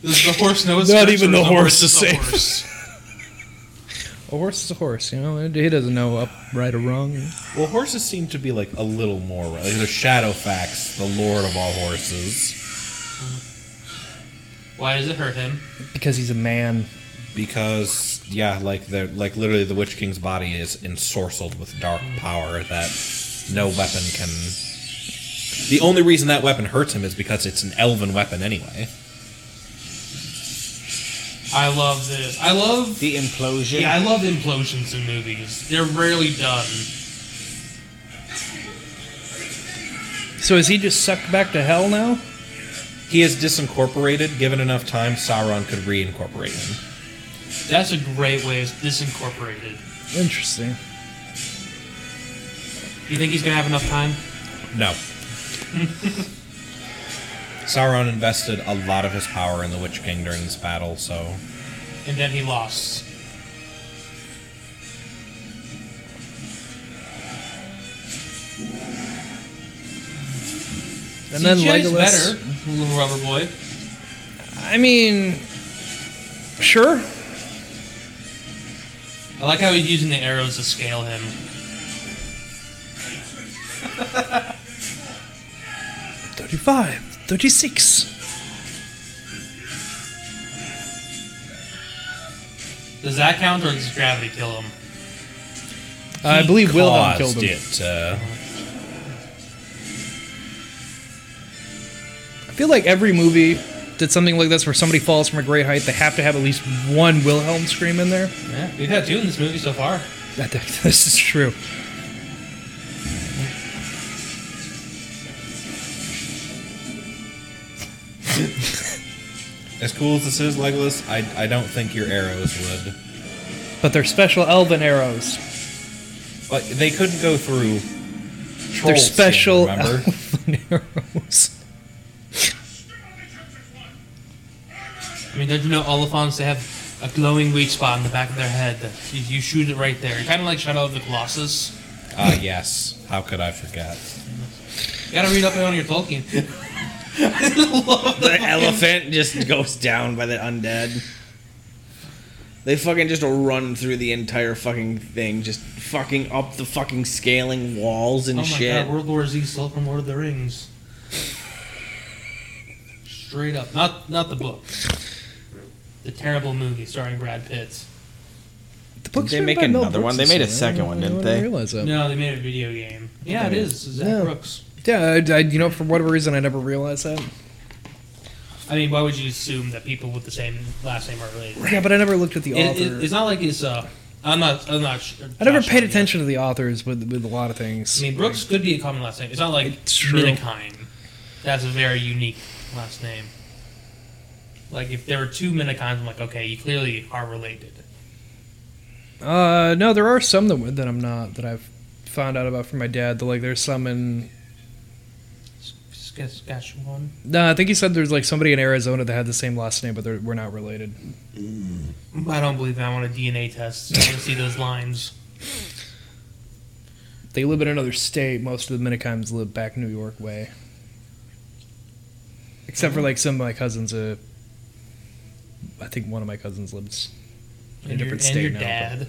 Does the horse know it's Not cursed, even or the is horse is the safe. horse? A horse is a horse, you know. and He doesn't know up right or wrong. Well, horses seem to be like a little more like they're Shadowfax, the lord of all horses, Why does it hurt him? Because he's a man. because yeah, like they're like literally the Witch King's body is ensorcelled with dark power that no weapon can. The only reason that weapon hurts him is because it's an elven weapon anyway. I love this. I love. The implosion. Yeah, I love implosions in movies. They're rarely done. So is he just sucked back to hell now? He is disincorporated. Given enough time, Sauron could reincorporate him. That's a great way. It's disincorporated. Interesting. You think he's gonna have enough time? No. Sauron invested a lot of his power in the Witch King during this battle, so and then he lost. And then CGI's Legolas. better, little rubber boy. I mean, sure. I like how he's using the arrows to scale him. Thirty-five, thirty-six. Does that count, or does gravity kill him? I believe Wilhelm Caused killed him. It, uh, I feel like every movie did something like this where somebody falls from a great height. They have to have at least one Wilhelm scream in there. Yeah, we've had two in this movie so far. That, that- this is true. as cool as this is, Legolas, I, I don't think your arrows would. But they're special elven arrows. But they couldn't go through. troll They're skin, special remember? elven arrows. I mean, don't you know Oliphants, they have a glowing weak spot on the back of their head that you, you shoot it right there. Kind of like Shadow of the Colossus. Ah, yes. How could I forget? You gotta read up on your Tolkien. The elephant just goes down by the undead. They fucking just run through the entire fucking thing, just fucking up the fucking scaling walls and oh my shit. god, World War Z stole from Lord of the Rings. Straight up, not not the book. The terrible movie starring Brad Pitt. The book's they written make by Mel another one? Brooks, They made a isn't it? second one, I didn't didn't they? realize that. No, they made a video game. Yeah, it is. Zach Yeah. Brooks. Yeah, I, I, you know, for whatever reason, I never realized that. I mean, why would you assume that people with the same last name are related? Yeah, but I never looked at the It- it- author. it's not like it's. Uh, I'm not. I'm not. Sure, I never Josh paid Hartnett. attention to the authors with with a lot of things. I mean, Brooks could be a common last name. It's not like It's true. Minnekine. That's a very unique last name. Like, if there were two Minnekines, I'm like, okay, you clearly are related. Uh, no, there are some that that I'm not that I've found out about from my dad. That like there's some in. S- Saskatchewan. No, I think he said there's like somebody in Arizona that had the same last name, but they're, we're not related. Mm-hmm. I don't believe that. I want a DNA test. I want to see those lines. They live in another state. Most of the Minnekimes live back New York way. Except for like some of my cousins. Uh, I think one of my cousins lives in a And your, different and state your now. but- dad.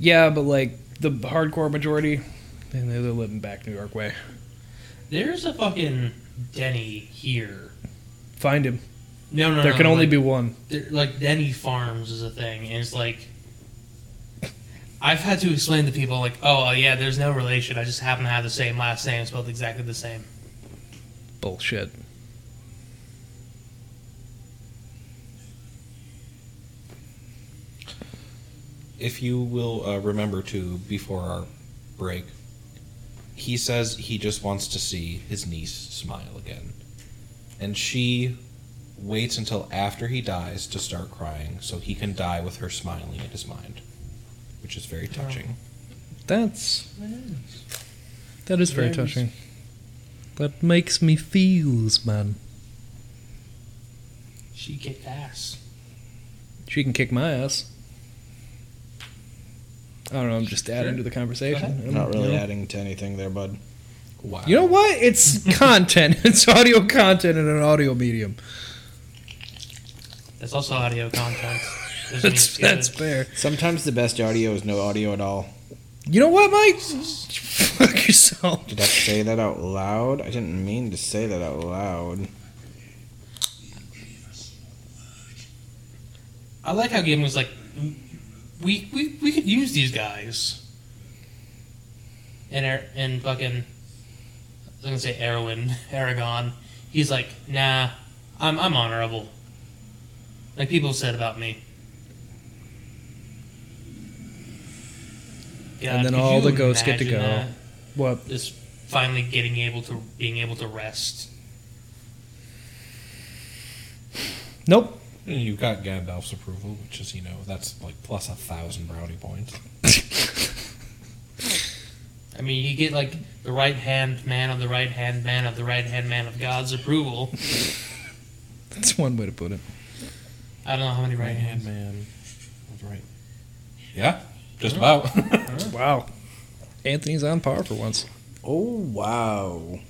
Yeah, but like the hardcore majority, and they're living back New York way. There's a fucking Denny here. Find him. No, no, There no, can only like- be one. there- like Denny Farms is a thing, and it's like I've had to explain to people like, oh uh, yeah, there's no relation. I just happen to have the same last name, spelled exactly the same. Bullshit. If you will uh, remember to, before our break, he says he just wants to see his niece smile again. And she waits until after he dies to start crying so he can die with her smiling in his mind, which is very touching. That's that is very touching. That makes me feels, man. She kicked ass. She can kick my ass. I don't know. I'm just adding to the conversation. I'm- Not really you know. adding to anything there, bud. Wow. You know what? It's content. It's audio content in an audio medium. That's also audio content. Doesn't mean That's it's good. that's fair. Sometimes the best audio is no audio at all. You know what, Mike? Fuck yourself. Did I say that out loud? I didn't mean to say that out loud. I like how Game was like, we, we we could use these guys. And er, and fucking, I was gonna say Erwin Aragon. He's like, nah, I'm I'm honorable. Like people said about me. God, And then could all you the ghosts get to imagine go. that? What? Just finally getting able to being able to rest. Nope. You got Gandalf's approval, which is, you know, that's like plus a thousand brownie points. I mean, you get like the right hand man of the right hand man of the right hand man of God's approval. That's one way to put it. I don't know how many right Right hand hands. man. Right. Yeah, just about. Wow. Anthony's on par for once. Oh wow!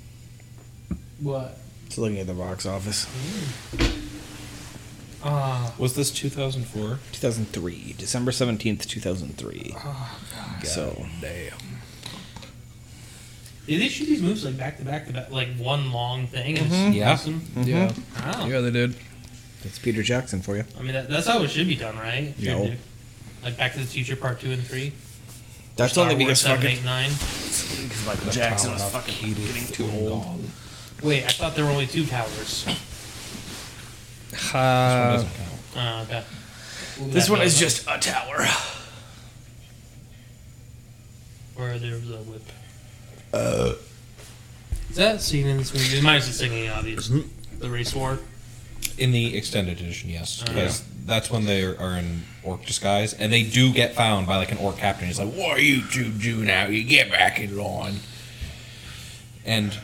What? It's looking at the box office. Ah, Was this 2004? 2003, December 17th, 2003. Oh, so did they shoot these moves like back to back to back, like one long thing? And Mm-hmm. Yeah. just yeah. Them? Yeah. Wow. Mm-hmm. Yeah, they did. that's Peter Jackson for you. I mean, that, that's how it should be done, right? No. Like Back to the Future Part Two and Three. That's Star only Wars because seven, fucking eight, nine. Because Michael Jackson was fucking getting too old. Wait, I thought there were only two towers. Uh, Uh, okay. This That one is was just a tower. where there was a whip. Uh. Is that scene in this movie? Minus the singing, obviously. Mm-hmm. The race war. In the extended edition, yes, Oh, because that's when they are in orc disguise, and they do get found by like an orc captain. He's like, "What are you two do now? You get back in line." And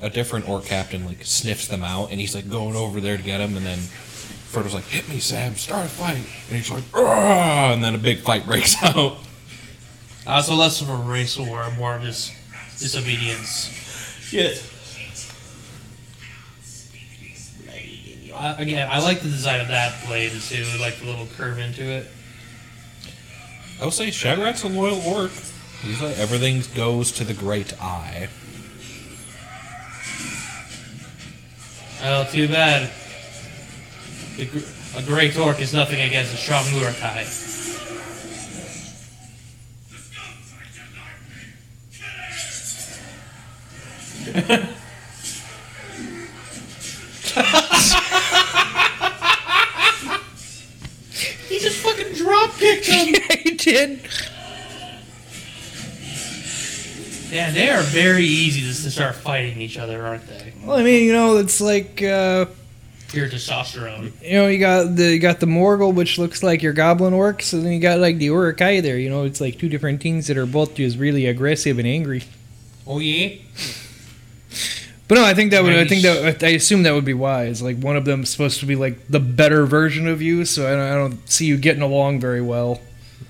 a different orc captain like sniffs them out, and he's like going over there to get him, and then Frodo's like, "Hit me, Sam! Start a fight!" And he's like, "Argh!" and then a big fight breaks out. Uh, so less of a race war, more of just disobedience. Yes. I, again, I like the design of that blade too, like the little curve into it. I will say, Shagrat's a loyal orc. He's like, everything goes to the great eye. Oh, too bad. The, gr- a great orc is nothing against a strong Urukai. he just fucking drop kicked him. he did. Yeah, they are very easy just to start fighting each other, aren't they? Well, I mean, you know, it's like uh, Pure testosterone. you know, you got the you got the Morgul, which looks like your Goblin Orcs, and then you got like the Urukai there. You know, it's like two different things that are both just really aggressive and angry. Oh yeah. But no, I think that would. I Nice. think that I assume that would be wise. Like one of them's supposed to be like the better version of you, so I don't, I don't see you getting along very well.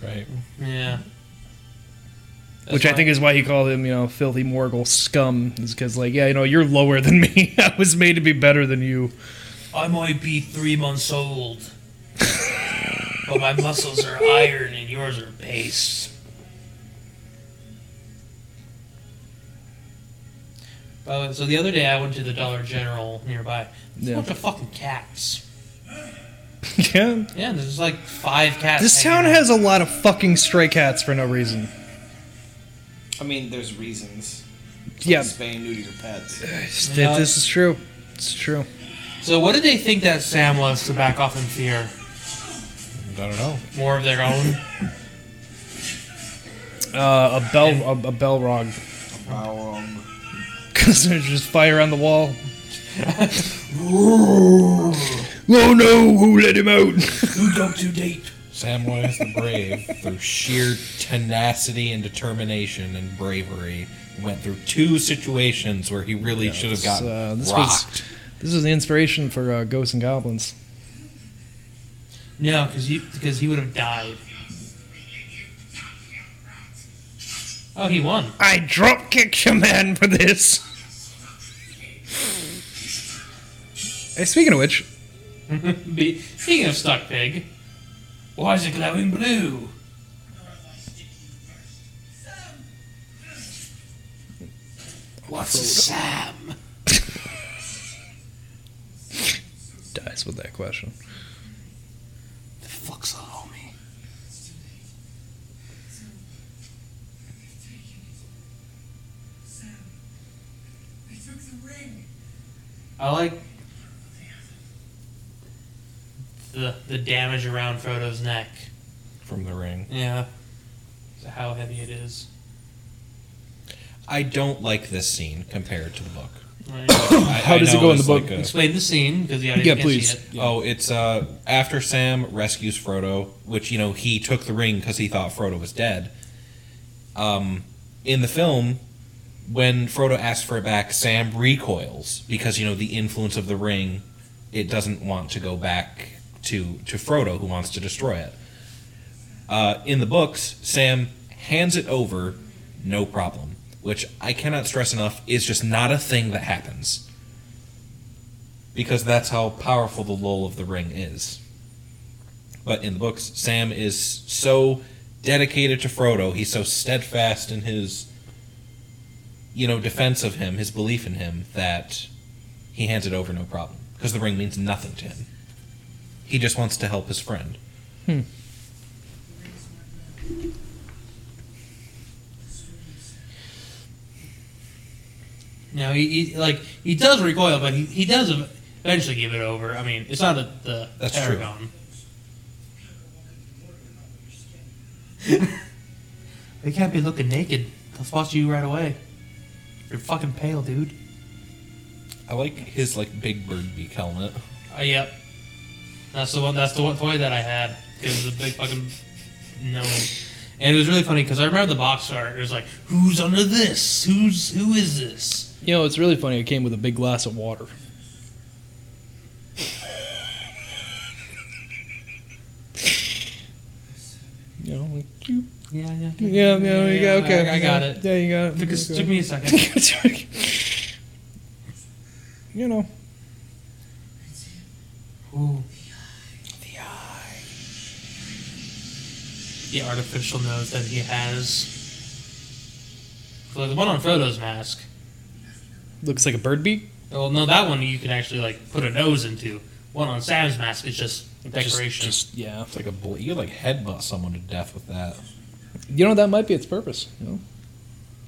Right. Yeah. That's which I why- think is why he called him, you know, filthy Morgul scum. Is because like, yeah, you know, you're lower than me. I was made to be better than you. I might be three months old, but my muscles are iron and yours are paste. By the way, Oh, so the other day I went to the Dollar General nearby. There's Yeah. a bunch of fucking cats. yeah. Yeah, there's like five cats. This town hanging out. has a lot of fucking stray cats for no reason. I mean, there's reasons. Yeah, Spay and neuter your pets. this, Yeah. this is true. It's true. So what did they think that Sam was to back off in fear? I don't know. More of their own. Uh, a bell, a, a Belrog, Um, because there's just fire on the wall. oh no! Who let him out? Samwise the Brave, through sheer tenacity and determination and bravery, went through two situations where he really should have gotten uh, this was- rocked. this is the inspiration for uh, Ghosts and Goblins. No, because you because he would have died. Oh, he won. I drop kicked your man for this. Hey, speaking of which, Be- Speaking of stuck pig, why is it glowing blue? What's a Sam? dies with that question. The fuck's a homie? I like the the damage around Frodo's neck. From the ring. Yeah, so how heavy it is. I don't like this scene compared to the book. Right. How does it go in the book? Explain the scene because the audience Yeah, can't please. see it. Oh, it's uh, after Sam rescues Frodo, which you know he took the ring because he thought Frodo was dead. Um, in the film, when Frodo asks for it back, Sam recoils because you know the influence of the ring. It doesn't want to go back to to Frodo, who wants to destroy it. Uh, in the books, Sam hands it over, no problem. Which I cannot stress enough is just not a thing that happens because that's how powerful the lull of the ring is. But in the books, Sam is so dedicated to Frodo, he's so steadfast in his you know defense of him, his belief in him that he hands it over no problem because the ring means nothing to him. He just wants to help his friend. No, he, he like he does recoil, but he, he does ev- eventually give it over. I mean, it's not a, the That's true. Paragon. they can't be looking naked. They'll spot you right away. You're fucking pale, dude. I like his like big bird beak helmet. Uh, yep. That's the one. That's the one toy that I had. It was a big fucking nose, and it was really funny because I remember the box art. It was like, "Who's under this? Who's who is this?" You know, it's really funny. It came with a big glass of water. You know, like, Yeah, yeah, yeah, yeah, yeah, yeah, okay. I, I got it. Yeah, you got it. Took, us- Okay. took me a second. you know, Ooh. The eye. The artificial nose that he has. Like the one on Frodo's mask. looks like a bird beak. Well, no, that one you can actually like put a nose into. One on Sam's mask is just decoration. Just, just yeah. It's like a bl- you could, like headbutt someone to death with that. You know, that might be its purpose. You know,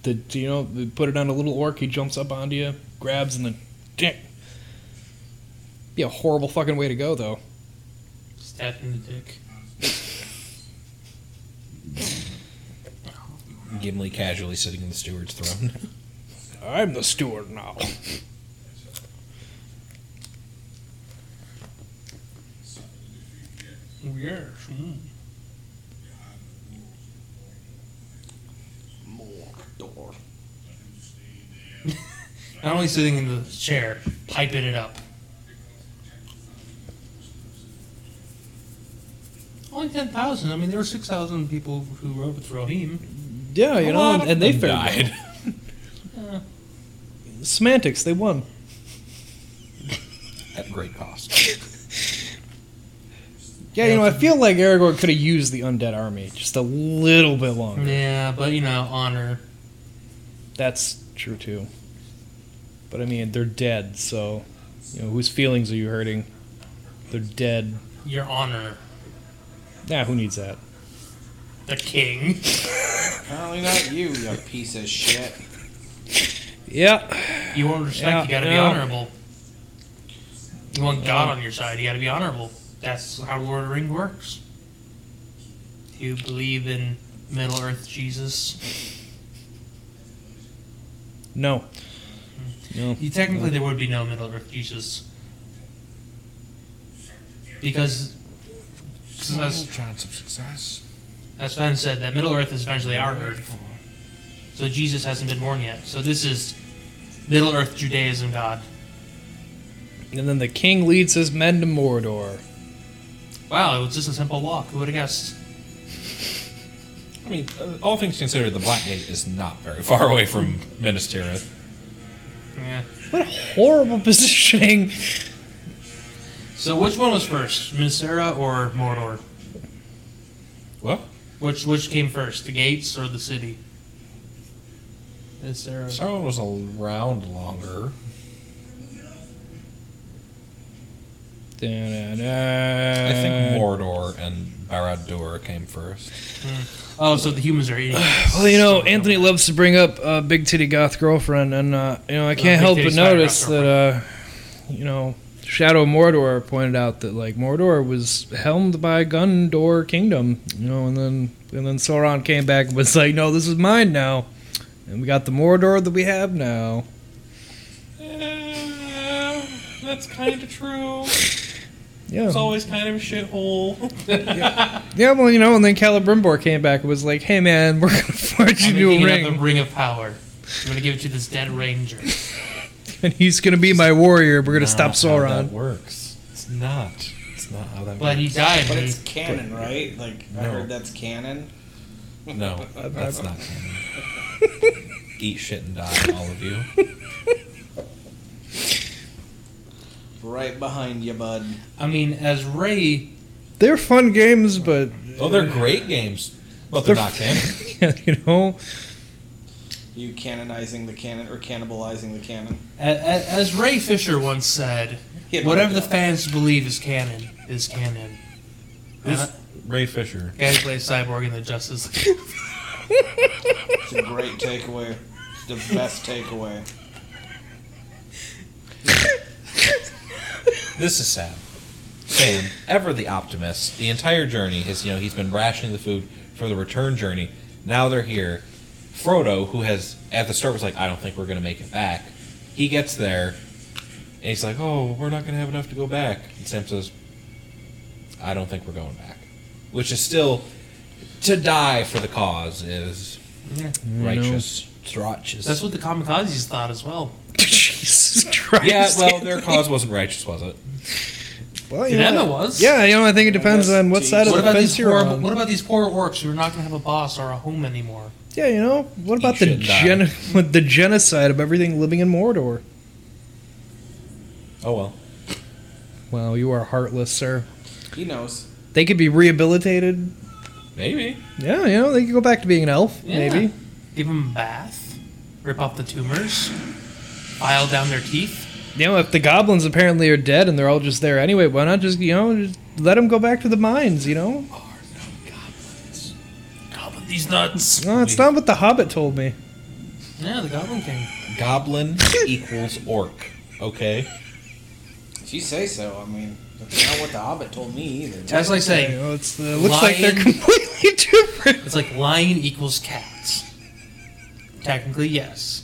the do you know, they put it on a little orc. He jumps up onto you, grabs, and then, dick. Be a horrible fucking way to go, though. Stab in the dick. Gimli casually sitting in the steward's throne. I'm the steward now. Yes. Mm. Not only sitting in the chair, piping it up. Only 10,000. I mean, there were 6,000 people who rode with Rohim. Yeah, you A know, lot and, of and they them fared died. well. Semantics, they won. At great cost. Yeah, you know, I feel like Aragorn could have used the undead army just a little bit longer. Yeah, but you know, honor. That's true too. But I mean, they're dead, so you know whose feelings are you hurting? They're dead. Your honor. Yeah, who needs that? The king. Apparently not you, you piece of shit. Yeah, You want respect, Yeah, you gotta be yeah. honorable. You want God on your side, you gotta be honorable. That's how Lord of the Ring works. Do you believe in Middle Earth Jesus? no. No. You, technically, there would be no Middle Earth Jesus. Because, as, chance of success. as Sven said, that Middle Earth is eventually our Earth. So Jesus hasn't been born yet. So this is Middle Earth Judaism God. And then the king leads his men to Mordor. Wow, it was just a simple walk. Who would have guessed? I mean, uh, all things considered, the Black Gate is not very far away from Minas Tirith. Yeah. What a horrible positioning! So which one was first, Misera or Mordor? Well, Which which came first, the gates or the city? Misera. Sauron was around longer. I think Mordor and Barad-dûr came first. Oh, so the humans are eating. Well, you know, Anthony loves to bring up uh, Big Titty Goth Girlfriend, and, uh, you know, I Big can't help Titty but Spider notice Goth that, uh, you know, Shadow of Mordor pointed out that, like, Mordor was helmed by Gundor Kingdom, you know, and then and then Sauron came back and was like, no, this is mine now. And we got the Mordor that we have now. Eh, that's kind of true. Yeah. always kind of a shithole. yeah, well, you know, and then Celebrimbor came back and was like, hey, man, we're going to forge you I'm a new making up ring, the ring of power. I'm gonna give it to this dead ranger. and he's going to be my warrior. We're going to stop that Sauron. works. It's not. It's not how that But he died. But and it's he- canon, right? Like I No. heard that's canon. works. No, that's not canon. Eat shit and die, all of you. Right behind you, bud. I mean, as Ray, They're fun games, but Oh, they're great games, but they're not canon. you know, You canonizing the canon or cannibalizing the canon. as, as Ray Fisher once said, He had whatever no the fans believe is canon is canon. Who's Ray Fisher? Guy plays Cyborg in the Justice League. It's a great takeaway. It's the best takeaway. This is sad. Fane, ever the optimist, the entire journey is, you know, he's been rationing the food for the return journey. Now they're here. Frodo, who has, at the start, was like, I don't think we're going to make it back, he gets there, and he's like, Oh, we're not going to have enough to go back. And Sam says, I don't think we're going back. Which is still, to die for the cause is righteous. Throtches. That's what the kamikazes thought as well. Jesus Christ. Yeah, well, their cause wasn't righteous, was it? Well, you And know, Emma was. Yeah, you know, I think it depends on what side What of the about, fence these you're poor, on. what about these poor orcs who are not going to have a boss or a home anymore? yeah, you know, what about the shouldn't die. gen- with the genocide of everything living in Mordor? Oh, well. Well, you are heartless, sir. He knows. They could be rehabilitated. Maybe. Yeah, you know, they could go back to being an elf, Yeah. maybe. Give them a bath, rip off the tumors, file down their teeth. You know, if the goblins apparently are dead and they're all just there anyway, why not just, you know, just let them go back to the mines, you know? Goblin these nuts. No, it's not what the Hobbit told me. Yeah, the Goblin King. Goblin equals orc. Okay. If you say so, I mean, that's not what the Hobbit told me either. That's like You saying know, it's, uh, looks like they're Lion. completely different. it's like lion equals cats. Technically, yes.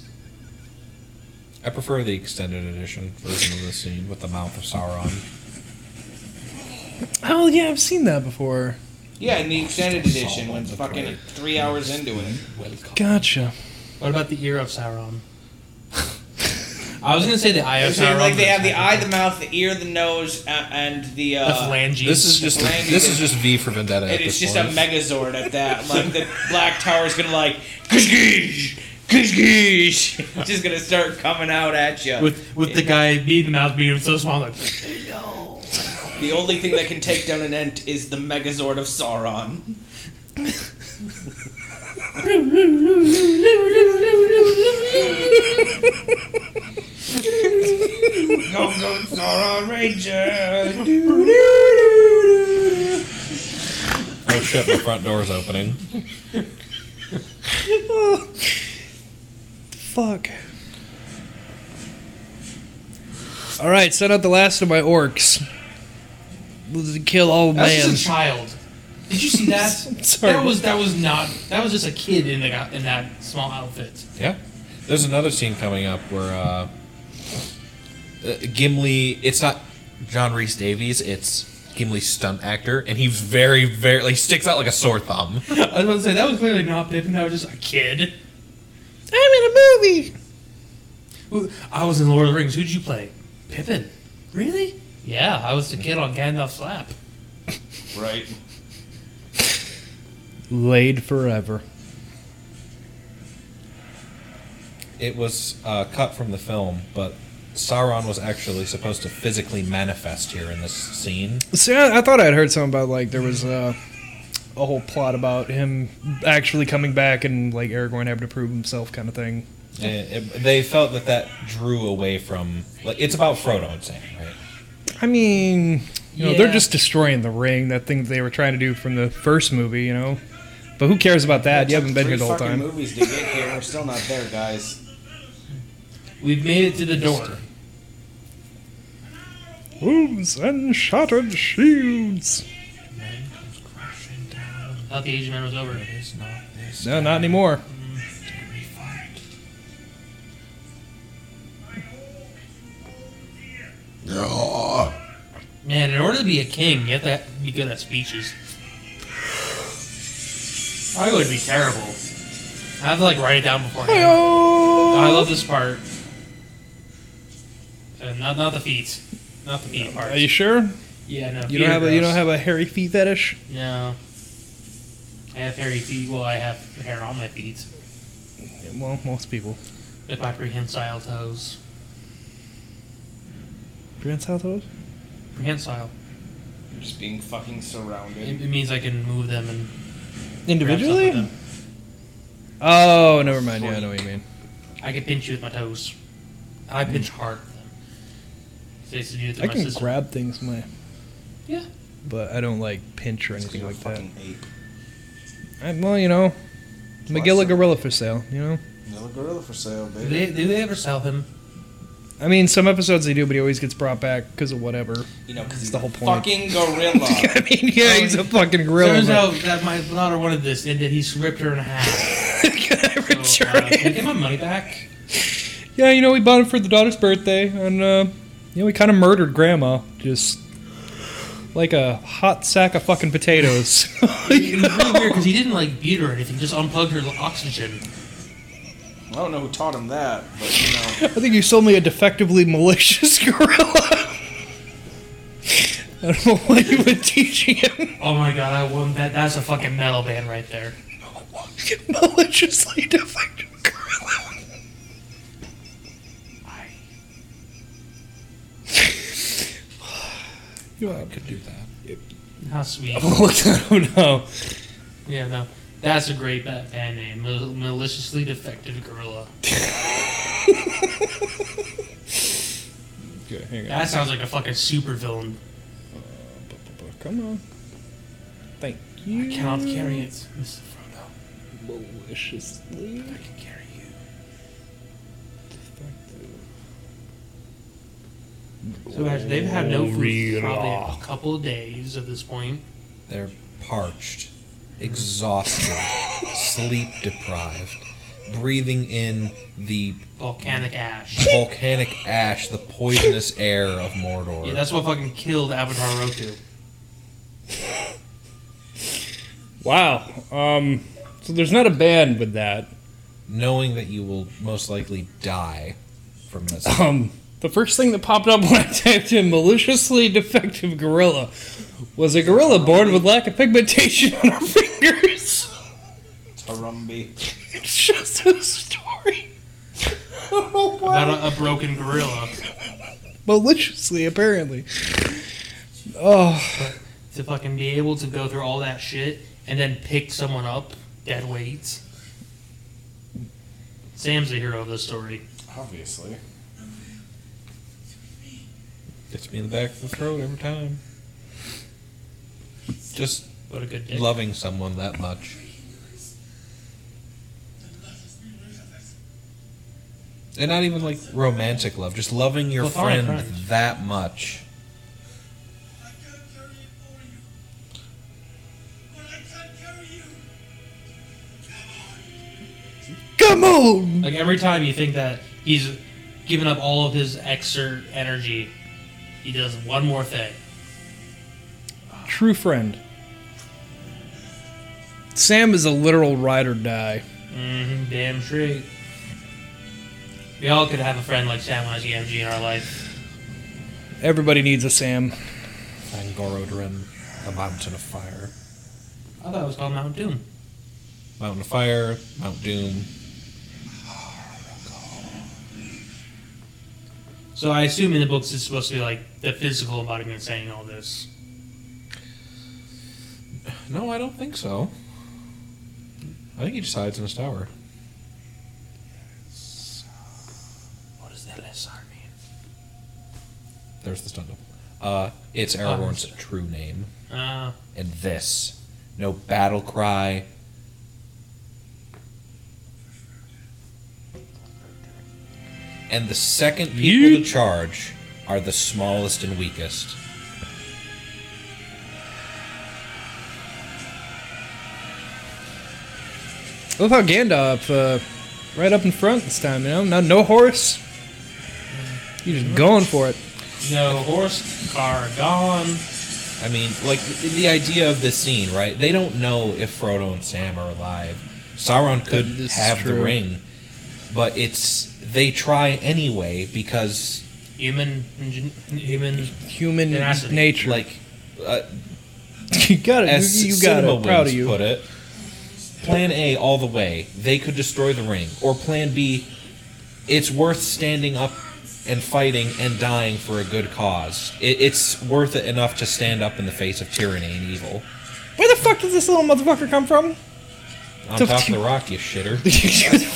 I prefer the extended edition version of the scene with the mouth of Sauron. Oh, yeah, I've seen that before. yeah, in the extended edition, when it's Solid, fucking great. three hours into it. Gotcha. What about the ear of Sauron? I was gonna say the eye They're of saying, Sauron. like they but have the eye, the technically- mouth, the ear, the nose, uh, and the the uh, phalanges. This is just this is just V for Vendetta. at And it's this just point. a megazord at that. Like the Black Tower's gonna like "Gish, gish, gish, gish." It's just gonna start coming out at you. with with the guy being the mouth being so small. Like, the only thing that can take down an Ent is the Megazord of Sauron. go go Sauron Ranger! Oh shit! My front door's opening. Fuck. All right, send out the last of my orcs. Let's Kill all that's man. just a child. Did you see that? Sorry. That was that was not that was just a kid in the go- in that small outfit. Yeah. There's another scene coming up where uh, uh, Gimli. It's not John Reese Davies. It's Gimli's stunt actor, and he's very, very like sticks out like a sore thumb. I was about to say that was clearly not Pippin. That was just a kid. I'm in a movie. Who- I was in Lord of the Rings. Who did you play? Pippin. Really? Yeah, I was the kid on Gandalf's lap. Right. Laid forever. It was uh, cut from the film, but Sauron was actually supposed to physically manifest here in this scene. See, I, I thought I'd heard something about like there was uh, a whole plot about him actually coming back and like Aragorn having to prove himself, kind of thing. Uh, it- they felt that that drew away from like it's about Frodo and Sam, right? I mean, you know, they're Yeah. just destroying the ring, that thing they were trying to do from the first movie, you know. But who cares about that? You haven't been here the whole time. movies to get here. We're still not there, guys. We've made it to the door. Wounds and shattered shields. Thought the Asian man was over. No, not anymore. Man, in order to be a king, you have to be good at speeches. I would be terrible. I have to like write it down beforehand. I love this part. Uh, not not the feet, not the feet part. Are you sure? yeah, no. You feet don't are have a you gross. don't have a hairy feet fetish? No. I have hairy feet. Well, I have hair on my feet. Well, most people. If I prehensile toes. Prehensile toes? Prehensile. You're just being fucking surrounded. It, it means I can move them and. grab stuff with Individually? them. Oh, never mind. Yeah, I know what you mean. I can pinch you with my toes. I pinch hard with them. So it's new to Hmm. I my can system. grab things with my. Yeah. But I don't like pinch or anything like that. fucking ape. I, well, you know, why I Magilla said- Gorilla for sale. You know, Another gorilla for sale, Do they, do they ever sell him? I mean, some episodes they do, but he always gets brought back because of whatever. You know, That's because he's the whole point. fucking gorilla. I mean, yeah, he's a fucking gorilla. Turns but- out that my daughter wanted this, and that he ripped her in half. Oh, So, uh, can I get my money back? Yeah, you know, we bought it for the daughter's birthday, and uh, you know, we kind of murdered Grandma, just like a hot sack of fucking potatoes. It was really weird because he didn't like beat her or anything; just unplugged her oxygen. I don't know who taught him that, but you know. I think you sold me a defectively malicious gorilla. I don't know what you were teaching him Oh my god, I won that. That's a fucking metal band right there. maliciously defective gorilla. You know, Could do that. How sweet. I don't know. Yeah, no. That's a great ba- band name. Mal- maliciously defective gorilla. Okay, hang on. That sounds like a fucking supervillain. Come on. Thank I you. cannot carry it, Mr. Frodo. maliciously. I can carry you. So guys, they've had no food for probably a couple of days at this point. They're parched, exhausted, sleep deprived, breathing in the Volcanic ash. volcanic ash, the poisonous air of Mordor. Yeah, that's what fucking killed Avatar Roku. Wow. Um. So there's not a band with that. Knowing that you will most likely die from this. Um. The first thing that popped up when I typed in maliciously defective gorilla was a gorilla born with lack of pigmentation on her fingers. Harambe. It's just a story. Oh, wow. About a, a broken gorilla. Maliciously, apparently. Oh, To fucking be able to go through all that shit and then pick someone up, dead weight. Sam's the hero of this story. Obviously. Gets me in the back of the throat every time. Just What a good day. loving someone that much. And not even like romantic love, just loving your Platonic friend friends. that much. come on! Like every time you think that he's giving up all of his extra energy, he does one more thing. True friend. Sam is a literal ride or die. Mm-hmm, damn straight. We all could have a friend like Sam when I was EMG in our life. Everybody needs a Sam. Angorodrim, a mountain of fire. I thought it was called Mount Doom. Mountain of fire, Mount Doom. So I assume in the books it's supposed to be like the physical embodiment saying all this. No, I don't think so. I think he just hides in his tower. What does that last star mean? There's the stun double. Uh, it's Ah, Aragorn's true name. Uh, And this. No battle cry. And the second people to charge are the smallest and weakest. I love how Gandalf, uh, right up in front this time, you know? Not, no horse. He's just going for it. no horse, car gone. I mean, like the, the idea of this scene, right? They don't know if Frodo and Sam are alive. Sauron could That is have the true. ring, but it's they try anyway because Human, engin- human. Human Tenacity. nature. like uh, you got it. as You, you got Cinema it. Proud of Wings you. put it, plan A all the way. They could destroy the ring, or plan B, it's worth standing up and fighting and dying for a good cause. It, it's worth it enough to stand up in the face of tyranny and evil. Where the fuck does this little motherfucker come from? On So- top of the rock, you shitter.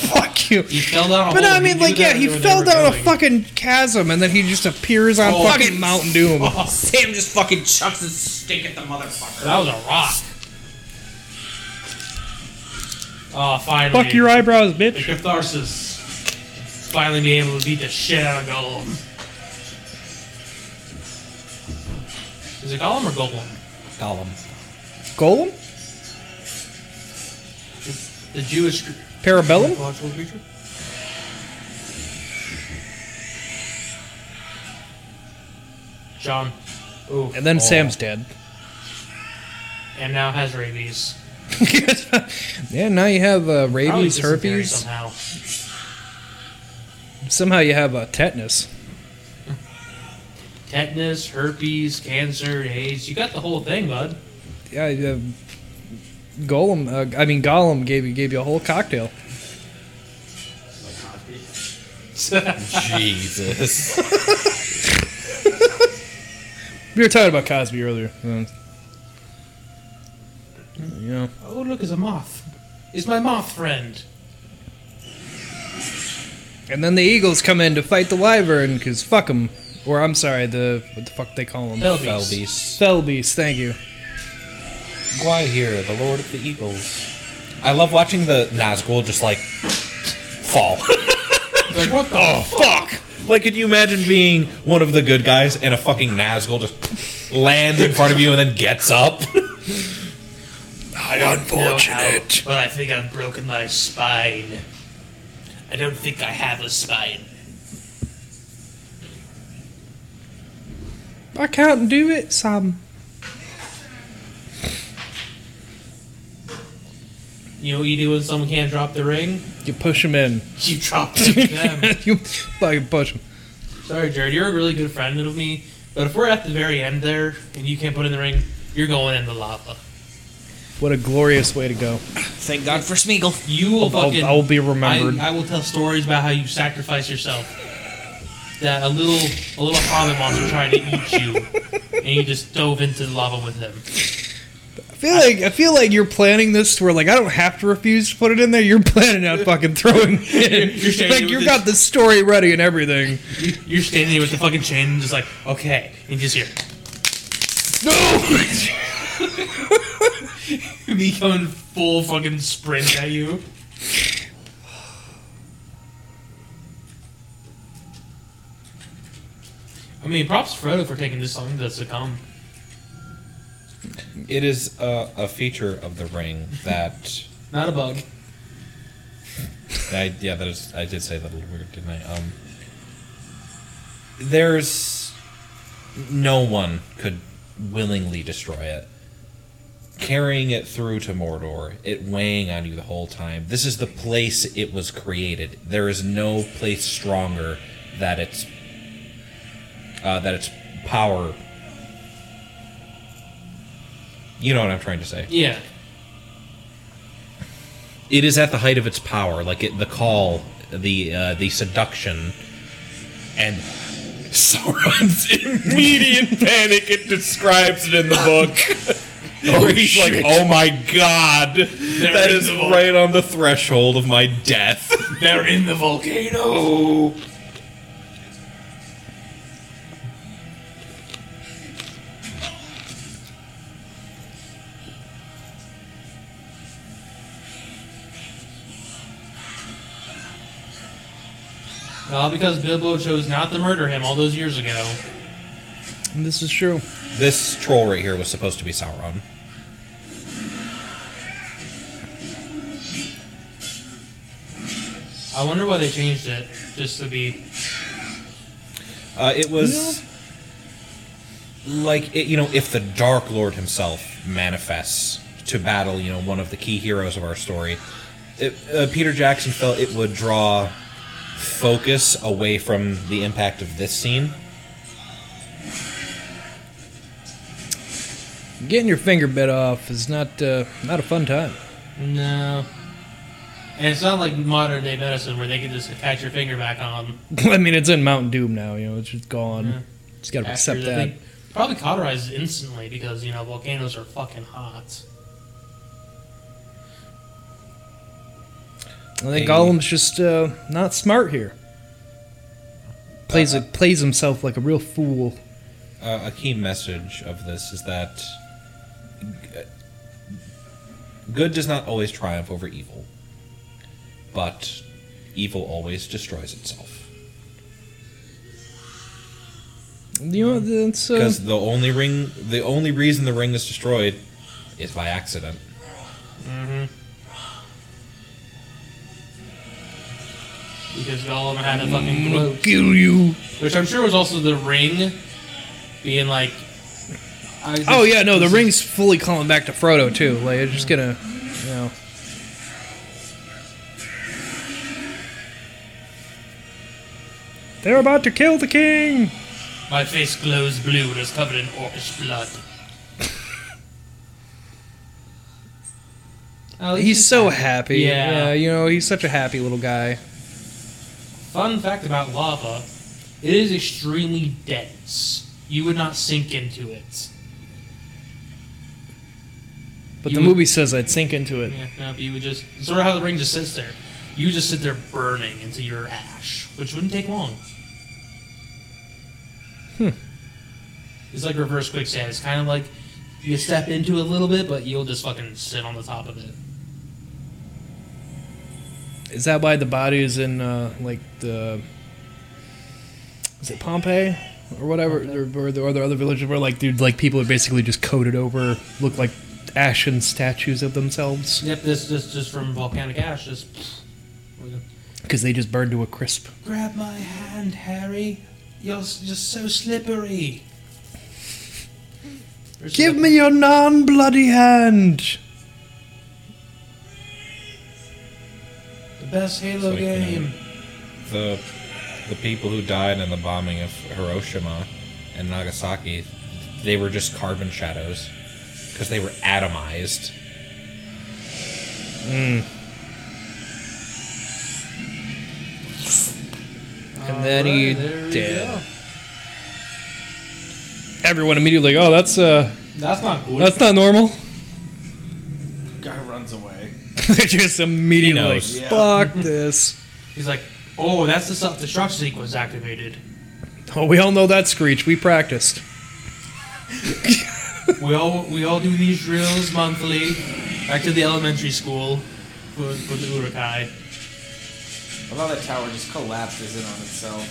fuck you. He fell down. A But hole. I mean, knew like, that yeah, he they were- they fell were down a going. fucking chasm, and then he just appears on Oh, fucking fucking Mountain Doom. Oh, Sam just fucking chucks his stick at the motherfucker. That was a rock. Oh, finally. Oh, Fuck your eyebrows, The bitch. catharsis. finally be able to beat the shit out of Golem. Is it Golem or Golem? Gollum. Golem? The Jewish cr- Parabellum? mythological creature? John. Ooh. Oh. And then Sam's dead. And now has rabies. yeah, now you have uh, Probably rabies, dysentery herpes. Somehow. Somehow you have uh, tetanus. Tetanus, herpes, cancer, AIDS. You got the whole thing, bud. Yeah, you have Golem. Uh, I mean, Gollum gave you gave you a whole cocktail. Jesus. We were talking about Cosby earlier. Um, you know, Oh, look, it's a moth. It's my moth friend. and then the Eagles come in to fight the Wyvern because fuck them. Or I'm sorry, the what the fuck they call them? Elvis. Fell beast. Fell beast. Thank you. Why here, the Lord of the Eagles. I love watching the Nazgul just like fall. Like, what the fuck! Like, could you imagine being one of the good guys and a fucking Nazgul just lands in front of you and then gets up? Not unfortunate. But I think I've broken my spine. I don't think I have a spine. I can't do it, Sam. You know what you do when someone can't drop the ring? You push him in. You drop it to them. you fucking push him. Sorry, Jared, you're a really good friend of me, but if we're at the very end there and you can't put in the ring, you're going in the lava. What a glorious way to go. Thank God for Smeagol. You will I'll, fucking. I'll be I, remembered. I will tell stories about how you sacrifice yourself. That a little a little hobbit monster tried to eat you, and you just dove into the lava with him. I feel like I feel like you're planning this to where like I don't have to refuse to put it in there. You're planning on fucking throwing it in. You're saying like it you was- got the story ready and everything. You're standing there with the fucking chain, and just like okay, and you just hear. No. Me coming full fucking sprint at you. I mean, props to Frodo for taking this long to succumb. It is a, a feature of the ring that Not a bug. I yeah, that is I did say that a little weird, didn't I? Um There's no one could willingly destroy it. Carrying it through to Mordor, it weighing on you the whole time. This is the place it was created. There is no place stronger that its uh, that its power. You know what I'm trying to say Yeah. it is at the height of its power like it, the call the uh, the seduction and Sauron's immediate panic it describes it in the book where he's like oh my god that is right on the threshold of my death They're in the volcano. Well, because Bilbo chose not to murder him all those years ago. And this is true. this troll right here was supposed to be Sauron I wonder why they changed it, just to be. Uh, it was like it, you know, if the Dark Lord himself manifests to battle, you know, one of the key heroes of our story, it, uh, Peter Jackson felt it would draw focus away from the impact of this scene. Getting your finger bit off is not uh, not a fun time. No. And it's not like modern day medicine where they can just attach your finger back on. I mean, it's in Mountain Doom now. You know, it's just gone. Yeah. Just gotta after accept the that. thing. Probably cauterizes instantly because you know volcanoes are fucking hot. I think Gollum's just uh, not smart here. Plays it plays himself like a real fool. Uh, a key message of this is that g- good does not always triumph over evil, but evil always destroys itself. You know, that's, uh, Because the only ring, the only reason the ring is destroyed, is by accident. Because Gollum had a fucking I'll throat. kill you. Which I'm sure was also the ring being like. I oh yeah, no, the ring's fully calling back to Frodo too. Like it's just gonna, you know. They're about to kill the king. My face glows blue and is covered in orcish blood. oh, He's so happy. Yeah. you know, he's such a happy little guy. Fun fact about lava it is extremely dense. You would not sink into it. But You the would- movie says I'd sink into it. Yeah, no, but you would just. Sort of how the ring just sits there. You just sit there burning into your ash, which wouldn't take long. Hmm. Hmm. It's like reverse quicksand. It's kind of like you step into it a little bit, but you'll just fucking sit on the top of it. Is that why the body is in uh, like the? Is it Pompeii or whatever, or, or, the, or the other villages where like dude, like people are basically just coated over, look like ashen statues of themselves. Yep, this this just from volcanic ash. Just because they just burn to a crisp. grab my hand, Harry. You're s- just so slippery. Or Give slip- me your non-bloody hand. the best Halo So he can- game. The the people who died in the bombing of Hiroshima and Nagasaki, they were just carbon shadows because they were atomized. And then he Alright, there we did. go. Everyone immediately, oh, that's uh, That's not good. that's not normal. Guy runs away. they just immediately, like, knows. Yeah. fuck this. He's like, oh, that's the self-destruct sequence activated. Oh, we all know that screech. We practiced. we all we all do these drills monthly. Back to the elementary school for, for the Urukai. I love that tower just collapses in on itself.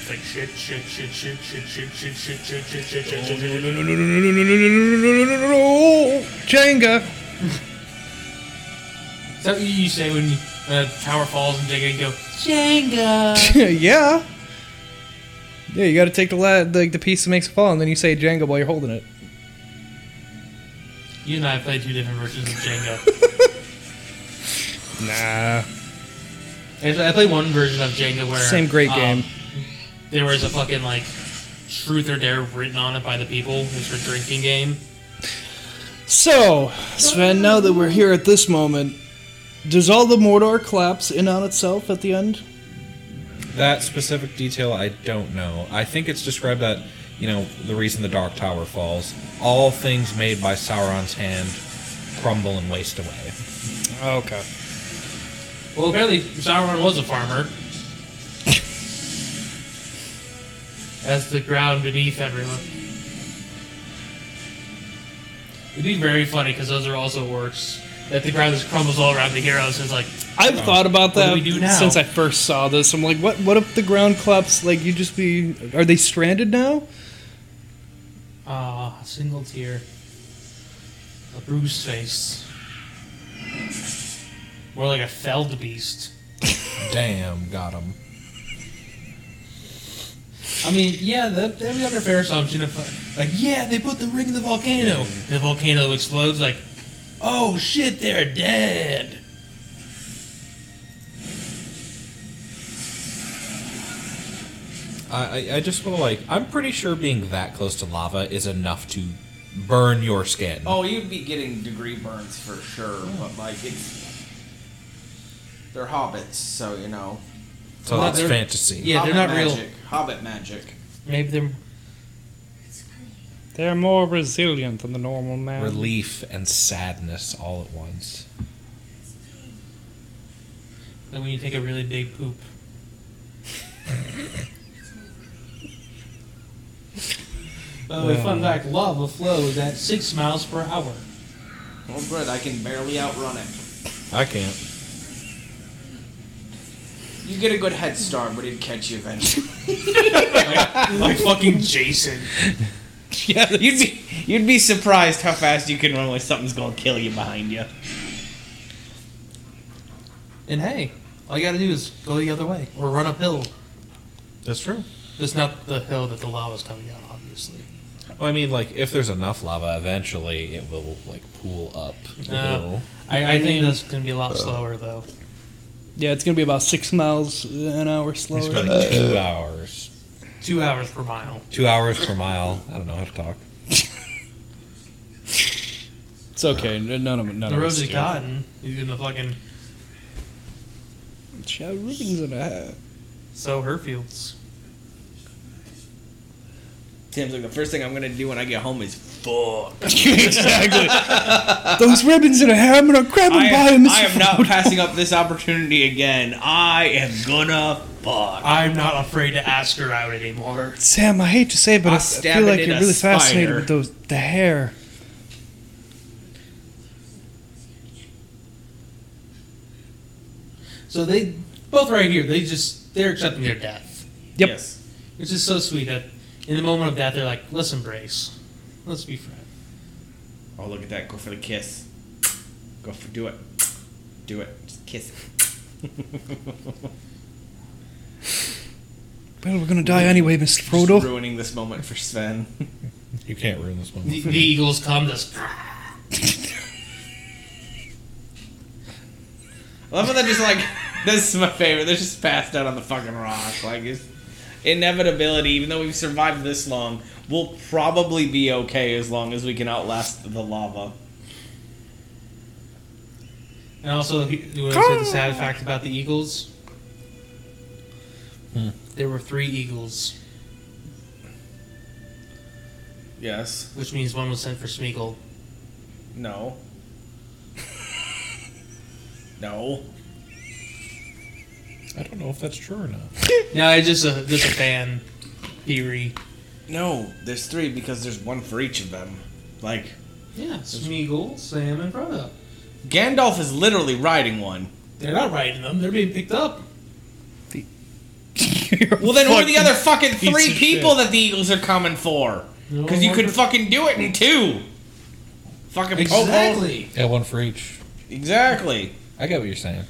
It's like shit, shit, shit, shit, shit, shit, shit, shit, shit, shit, shit, shit, shit, shit. Jenga. Is that what you say when a tower falls and Jenga and go? yeah. Yeah, you got to take the la- like the piece that makes it fall, and then you say Jenga while you're holding it. You and I have played two different versions of Jenga. Nah. Actually, I played one version of Jenga where Same great um, game. There was a fucking like truth or dare written on it by the people. It was for drinking game. So, Sven, now that we're here at this moment, does all the Mordor collapse in on itself at the end? That specific detail, I don't know. I think it's described that, you know, the reason the Dark Tower falls, all things made by Sauron's hand crumble and waste away. Okay. Well, apparently Sauron was a farmer. As the ground beneath everyone. It'd be very funny because those are also works. That the ground just crumbles all around the heroes. It's like, I've thought about What do that we do now? since I first saw this. I'm like, what? What if the ground collapse? Like, you just be? Are they stranded now? ah, single tear. A bruised face. More like a felled beast. Damn, got him. I mean, yeah, that, that'd be under fair assumption. If, uh, like, yeah, they put the ring in the volcano. The volcano explodes, like, oh shit, they're dead. I, I, I just want to, like, I'm pretty sure being that close to lava is enough to burn your skin. Oh, you'd be getting degree burns for sure, but like it's they're hobbits, so you know. so well, that's they're- fantasy. Yeah, they're not real. magic. Hobbit magic. Maybe they're. They're more resilient than the normal man. Relief and sadness all at once. Like when you take a really big poop. By the way, fun fact lava flows at 6 miles per hour. Well, good. I can barely outrun it. I can't. You get a good head start, but it'd catch you eventually. Like fucking Jason. yeah, you'd be you'd be surprised how fast you can run when something's gonna kill you behind you. And hey, all you gotta do is go the other way or run uphill. That's true. It's not the hill that the lava's coming out, obviously. Well, I mean, like if there's enough lava, eventually it will like pool up. the Uh, hill. I, I think that's gonna be a lot slower though. Yeah, it's gonna be about six miles an hour slower. It's probably like two hours. Two hours per mile. Two hours per mile. I don't know how to talk. It's okay. n- None of it. None The of road us is do. gotten. He's gonna fucking Chow ribbons and a hat. sow her fields. Tim's like the first thing I'm gonna do when I get home is fuck. Those ribbons in a hat. I'm gonna grab them I by am, Mr. I am not Ford. passing up this opportunity again. I am gonna fuck. I'm not afraid to ask her out anymore. Sam, I hate to say, it, but I'll I, stab feel it like in you're a really fascinated spider. with those the hair. So they both right here. They just they're accepting their death, Yep. Yes. which is so sweet. That in the moment of death, they're like, "Listen, Brace, let's be friends." Oh look at that. Go for the kiss. Go for do it. Do it. Just kiss. Well, we're gonna die anyway, Mr. Frodo. Just ruining this moment for Sven. You can't ruin this one. The, the eagles come. This I love how they're just like, this is my favorite. They're just passed out on the fucking rock. Like, it's inevitability. Even though we've survived this long, we'll probably be okay as long as we can outlast the lava. and also, you want to say the sad fact about the eagles? There were three eagles, Yes. which means one was sent for Smeagol. No. no. I don't know if that's true or not. No, it's just a just a fan theory. No. There's three because there's one for each of them. Like, Yeah, Smeagol, Sam, and Frodo. Gandalf is literally riding one. They're not riding them. They're being picked up. Well, then who are the other fucking three of people that the Eagles are coming for? Because you could fucking do it in two. Fucking Pope Hole- exactly. Yeah, one for each. Exactly. I get what you're saying.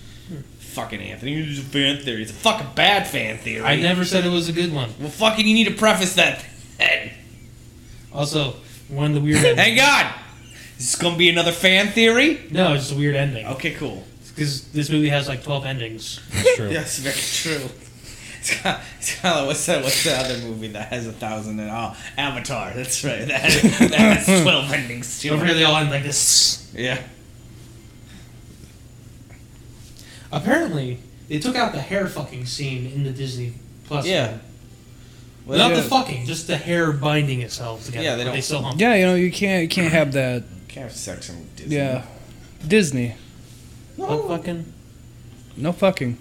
Fucking Anthony, it's a fan theory. It's a fucking bad fan theory. I never said it was a good one. Well, fucking, you need to preface that. then. Also, one of the weird. endings. Hang on. Is this gonna be another fan theory? No, it's just a weird ending. Okay, cool. Because this movie has like 12 endings. That's true. Yes, very true. It's kind of, what's that? What's the other movie that has a thousand and all? Avatar. That's right. That has, that has twelve endings too. Don't forget they all end like this. Yeah. Apparently, they took out the hair fucking scene in the Disney Plus. Yeah. Well, Not yeah. the fucking, just the hair binding itself together. Yeah, they but don't- They still hump. Yeah, you know you can't you can't have that. Can't have sex in Disney. Yeah, Disney. No fucking. No fucking.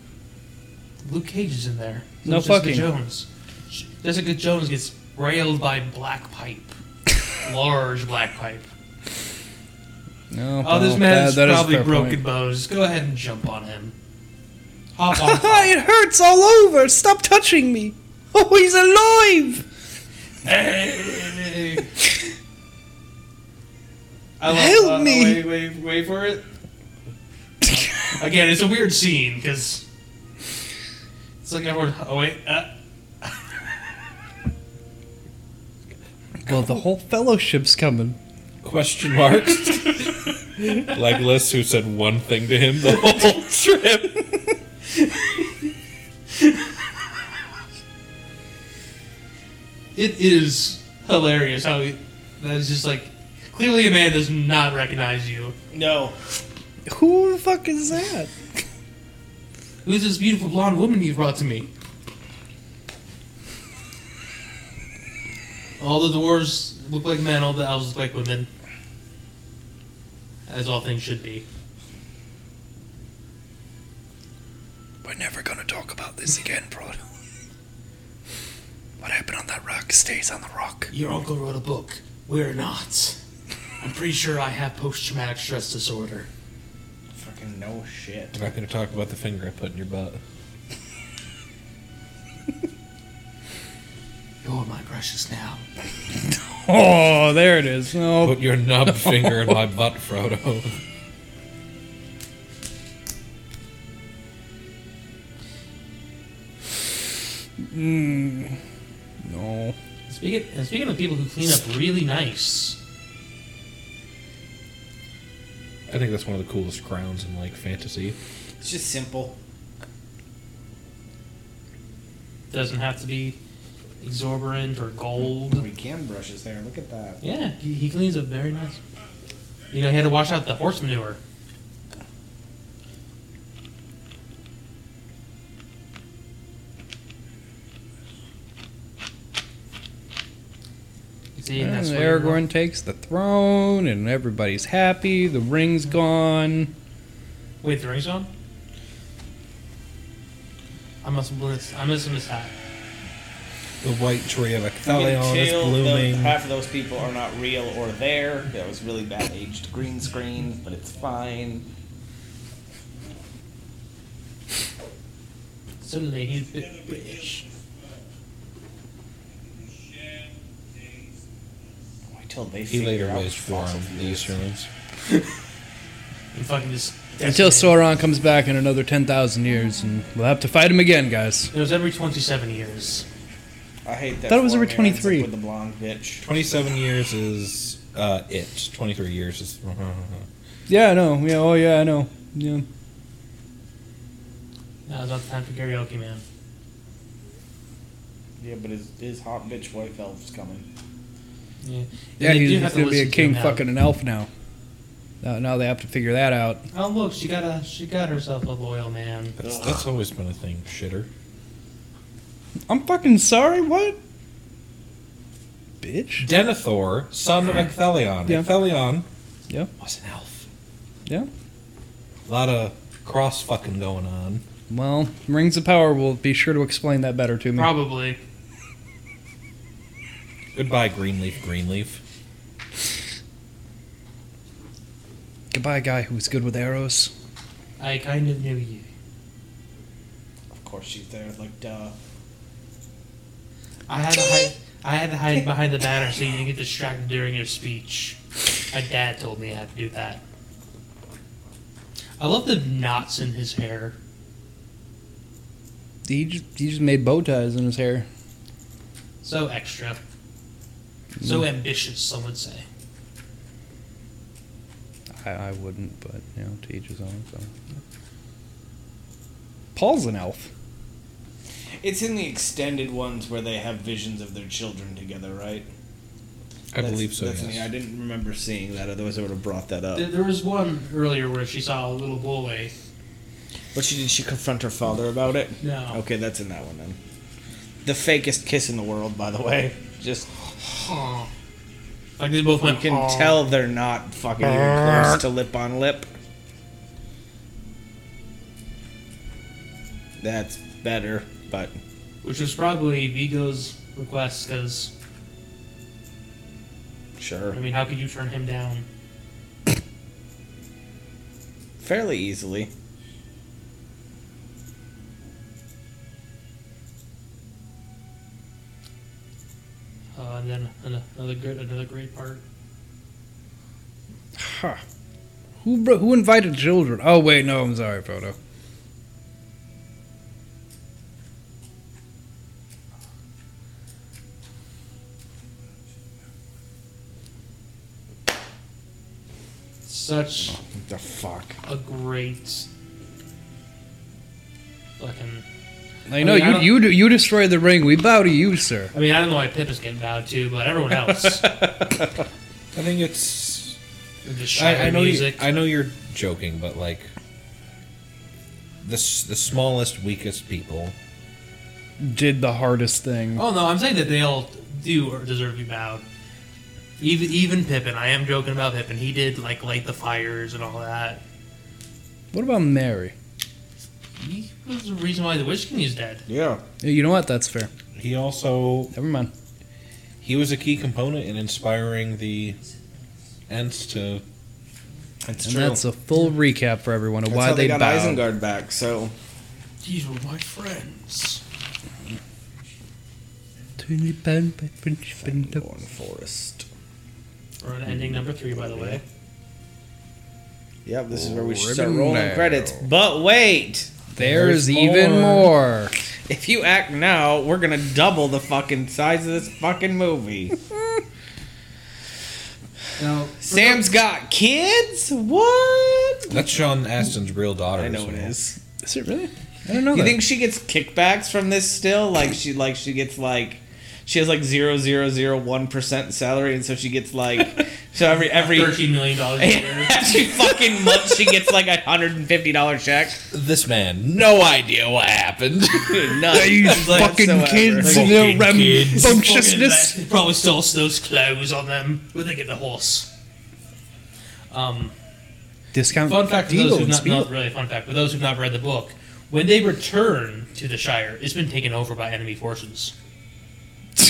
Luke Cage is in there. So No is Jessica fucking. Jones. Sh- Jessica Jones gets railed by black pipe. Large black pipe. No. Oh, this no, man's that- that is a probably fair broken point. bones. Go ahead and jump on him. Hop on. Ah, top. it hurts all over. Stop touching me. Oh, he's alive. I love, Help uh, me. Wait, wait, wait for it. Again, it's a weird scene because it's like everyone. Oh wait, uh, Well, the whole fellowship's coming. Question mark. like Liz, who said one thing to him the whole trip. it is hilarious how he- that is just like clearly a man does not recognize you. No. Who the fuck is that? Who's this beautiful blonde woman you brought to me? All the dwarves look like men. All the elves look like women, as all things should be. We're never gonna talk about this again, Frodo. What happened on that rock stays on the rock. Your uncle wrote a book. We're not. I'm pretty sure I have post traumatic stress disorder. Fucking no shit. We're not going to talk about the finger I put in your butt. You're my precious now. Oh, there it is. No, Put your nub finger in my butt, Frodo. no. Speaking, and speaking of people who clean up really nice, I think that's one of the coolest crowns in like fantasy. It's just simple. doesn't have to be exorbitant or gold. We can brush his hair. Look at that. Yeah, he, he cleans up very nice. You know, he had to wash out the horse manure. You See, and And that's where you want- Aragorn takes the throne, and everybody's happy. The ring's gone. Wait, the ring's on? I must have bliss. I must have missed that. The white tree of Acthalion is Until the, blooming. half of those people are not real or there. That was really bad aged green screen, but it's fine. Suddenly he's bit British. Wait till they He figure later out raised for fossil him, the fuels. Easterlands. He fucking just. Until Sauron comes back in another 10,000 years, and we'll have to fight him again, guys. It was every 27 years. I hate that. Thought it was foreign over guy ends up 23. With the blonde bitch. 27 years is uh, it. 23 years is. Yeah, I know. Yeah, oh yeah, I know. Yeah. Now it's not the time for karaoke, man. Yeah, but his, his hot bitch wife elf's coming. Yeah, And Yeah, they do he's have just gonna be a listen to king him now. fucking an elf now. now. Now they have to figure that out. Oh look, she got a she got herself a loyal man. That's, that's always been a thing, shitter. I'm fucking sorry, what? Bitch. Denethor, son of Acthalion. Yeah. Acthalion Yeah, was an elf. yeah. A lot of cross fucking going on. Well, Rings of Power will be sure to explain that better to me. Probably. Goodbye, Greenleaf, Greenleaf. Goodbye, guy who was good with arrows. I kind of knew you. Of course she's there. Like duh. I had to hide. I had to hide behind the banner so you didn't get distracted during your speech. My dad told me I had to do that. I love the knots in his hair. He just, he just made bow ties in his hair. So extra. So Mm. ambitious, some would say. I, I wouldn't, but you know, to each his own. So. Paul's an elf. It's in the extended ones where they have visions of their children together, right? I believe so, That's yes. me. I didn't remember seeing that. Otherwise, I would have brought that up. There, there was one earlier where she saw a little boy. But she did she confront her father about it? No. Oh. Okay, that's in that one then. The fakest kiss in the world, by the way. Just Huh. Like they both you went. can "Huh." tell they're not fucking even close to lip on lip. That's better, but which was probably Vigo's request because sure, I mean, how could you turn him down? fairly easily. Uh, and then an- another good, another great part. Huh. Who bro- who invited children? Oh wait, no, I'm sorry, Frodo. Oh, Such The fuck. a great fucking. I know mean, I you don't- you do- you destroyed the ring. We bow to you, sir. I mean, I don't know why Pip is getting bowed to, but everyone else. I think it's the I, I shaggy know you, music. I know you're joking, but like the s- the smallest, weakest people. Did the hardest thing. oh no, I'm saying that they all do or deserve to be bowed. Even even Pippin, I am joking about Pippin. He did like light the fires and all that. What about Mary? He was the reason why the Witch King is dead. Yeah. Yeah, You know what? That's fair. He also Never mind. he was a key component in inspiring the Ents to That's And that's a full recap for everyone of That's why how they, they, got bowed. Isengard back. So These were my friends. Thorn Forest. We're on ending number three, by the way. Yep, this is where we should Ribbon start rolling now. credits. But wait, There's even more. if you act now, we're gonna double the fucking size of this fucking movie. Now, Sam's got kids. What? that's Sean Astin's real daughter. I know so- it is. Is it really? I don't know. You that. think she gets kickbacks from this still? Like she like she gets like. She has like zero zero zero one percent salary, and so she gets like so every every thirteen million dollars. every fucking month she gets like a hundred and fifty dollar check. This man, no idea what happened. None fucking whatsoever. kids Like, and their kids. rambunctiousness. They probably stole those clothes on them. Where'd they get the horse? Um, discount? fun fact for those who've Eagles, not, not really a fun fact, but those who've not read the book, when they return to the Shire, it's been taken over by enemy forces.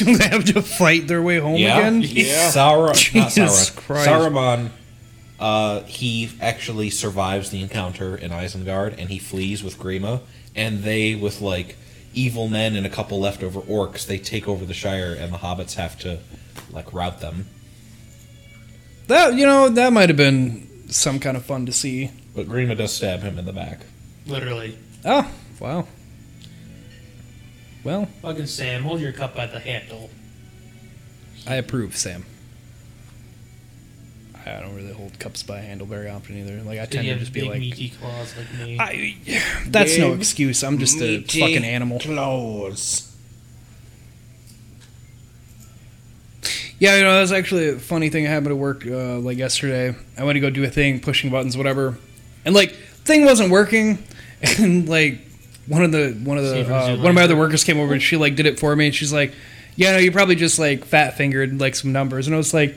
they have to fight their way home yeah. again. Yeah. Saura, not Jesus Saura. Christ. Saruman, uh, he actually survives the encounter in Isengard, and he flees with Grima, and they, with like evil men and a couple leftover orcs, they take over the Shire, and the hobbits have to like rout them. That you know that might have been some kind of fun to see. But Grima does stab him in the back. Literally. Oh wow. Well, Fucking Sam, hold your cup by the handle. I approve, Sam. I don't really hold cups by handle very often either. Like I Did tend you to have just big be like, meaty claws like me? I, that's no Big, excuse. I'm just a meaty fucking animal. Claws. Yeah, you know, that was actually a funny thing that happened at work, uh, like yesterday. I went to go do a thing, pushing buttons, whatever, and like thing wasn't working, and like one of the one of Save the her uh, zoom one of my laser. other workers came over and she like did it for me, and she's like, "Yeah, no, you probably just like fat fingered like some numbers," and I was like.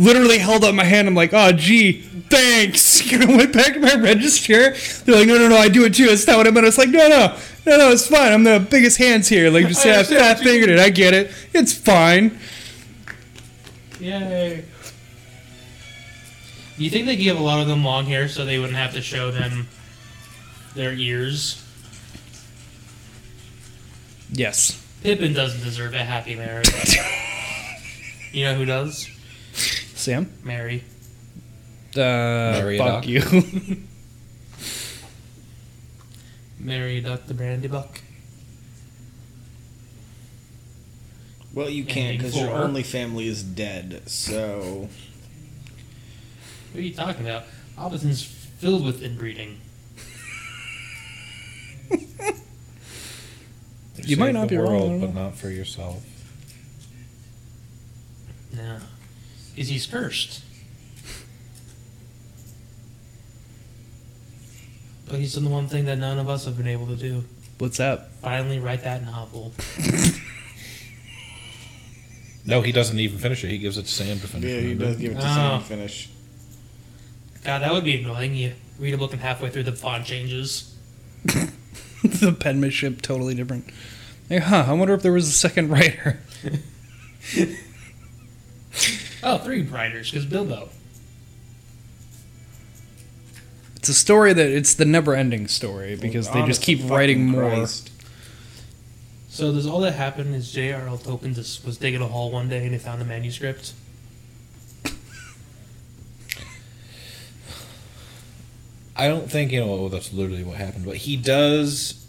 Literally held up my hand. I'm like, oh, gee, thanks. You know, went back to my register. They're like, no, no, no, I do it too. That's not what I meant. I was like, no, no, no, no, it's fine. I'm the biggest hands here. Like, just say I fat fingered it. I get it. It's fine. Yay. Do you think they give a lot of them long hair so they wouldn't have to show them their ears? Yes. Pippin doesn't deserve a happy marriage. you know who does? Sam? Mary. Uh, Marriott. fuck you. Mary Duck the Brandy Buck. Well, you can't Ending because your four. only family is dead. So What are you talking about? Hobbiton's filled with inbreeding. You might not the be wrong, I don't world, but know. not for yourself. No. Because he's cursed. But he's done the one thing that none of us have been able to do. What's up? Finally write that novel. No, he doesn't even finish it. He gives it to Sam to finish. yeah, he remember? does give it to Oh. Sam to finish. God, that would be annoying. You read a book and halfway through the font changes. the penmanship totally different. Like, huh, I wonder if there was a second writer. Oh, three writers, because Bilbo. It's a story that it's the never ending story Oh, because they just Honest keep to writing fucking more. Christ. So there's all that happened is J.R.L. Tolkien just was digging a hole one day and he found a manuscript. I don't think you know oh, that's literally what happened, but he does.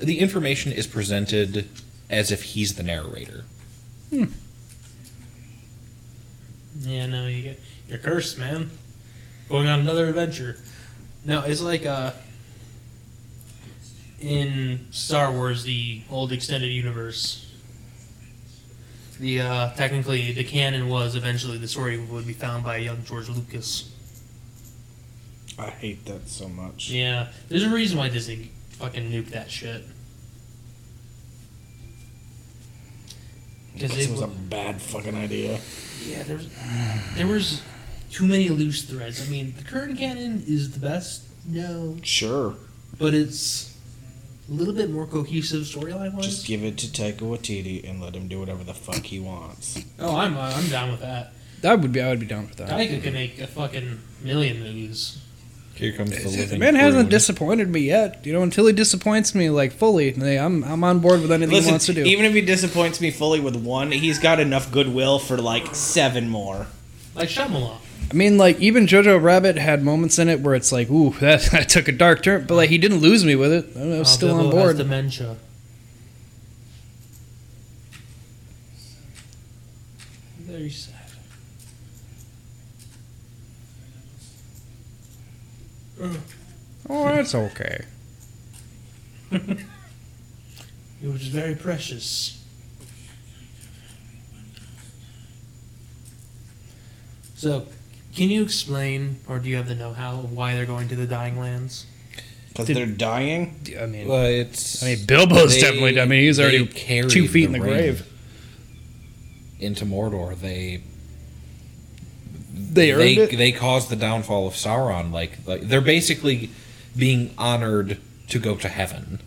The information is presented as if he's the narrator. Yeah, no, you get you're cursed, man. Going on another adventure. No, it's like uh in Star Wars the old extended universe. The uh technically the canon was eventually the story would be found by young George Lucas. I hate that so much. Yeah. There's a reason why Disney fucking nuked that shit. Because they it was wa- a bad fucking idea. Yeah, there was, there was too many loose threads. I mean, the current canon is the best. No, Sure, but it's a little bit more cohesive storyline wise. just give it to Taika Waititi and let him do whatever the fuck he wants. oh, I'm uh, I'm down with that. I would be. I would be down with that. Taika could make a fucking million movies. Here comes the The living. man hasn't prune. disappointed me yet. You know, until he disappoints me like fully, they- I'm I'm on board with anything he Listen, wants to do. even if he disappoints me fully with one, he's got enough goodwill for like seven more. Like Shyamalan. I mean, like even Jojo Rabbit had moments in it where it's like, ooh, that, that took a dark turn, but like he didn't lose me with it. I was Uh, still on Bilbo has board. dementia. Very sad. Oh, that's okay. It was very precious. So, can you explain, or do you have the know-how of why they're going to the Dying Lands? Because they're dying? I mean, Well, it's. I mean, Bilbo's they- definitely. I mean, he's they already carried two feet in the ring grave. Into Mordor, they They earned they, it. they caused the downfall of Sauron. Like, like they're basically being honored to go to heaven.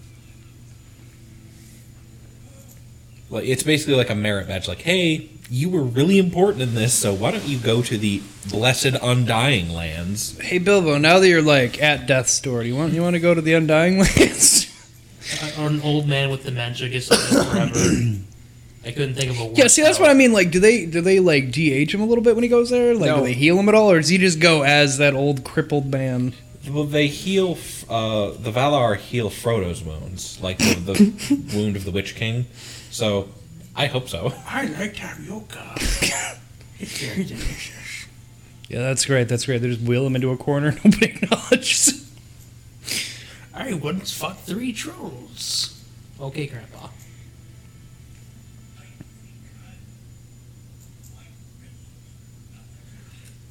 Like it's basically like a merit badge. Like, hey, you were really important in this, so why don't you go to the blessed undying lands? Hey Bilbo, now that you're like at death's door, do you want you want to go to the Undying Lands? Uh, Or an old man with dementia gets to live forever. I couldn't think of a word. yeah, see, that's what I mean. Like, do they do they like de-age him a little bit when he goes there? Like, do No. they heal him at all, or does he just go as that old crippled man? Well, they heal. f- Uh, the Valar heal Frodo's wounds, like the, the wound of the Witch King. So, I hope so. I like tapioca. it's very delicious. Yeah, that's great. That's great. They just wheel him into a corner. Nobody acknowledges. I once fucked three trolls. Okay, Grandpa.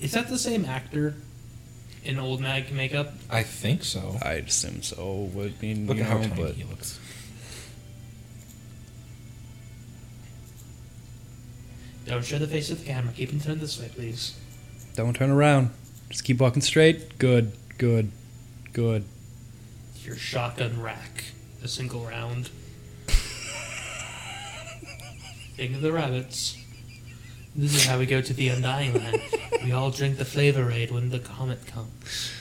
Is that the same actor in old mag makeup? I think so. I assume so. Would mean Look you at how know, tiny but he looks. Don't show the face of the camera. Keep it turned this way, please. don't turn around. Just keep walking straight. Good, good, good. Your shotgun rack. A single round. King of the rabbits. This is how we go to the Undying Land. We all drink the flavor aid when the comet comes.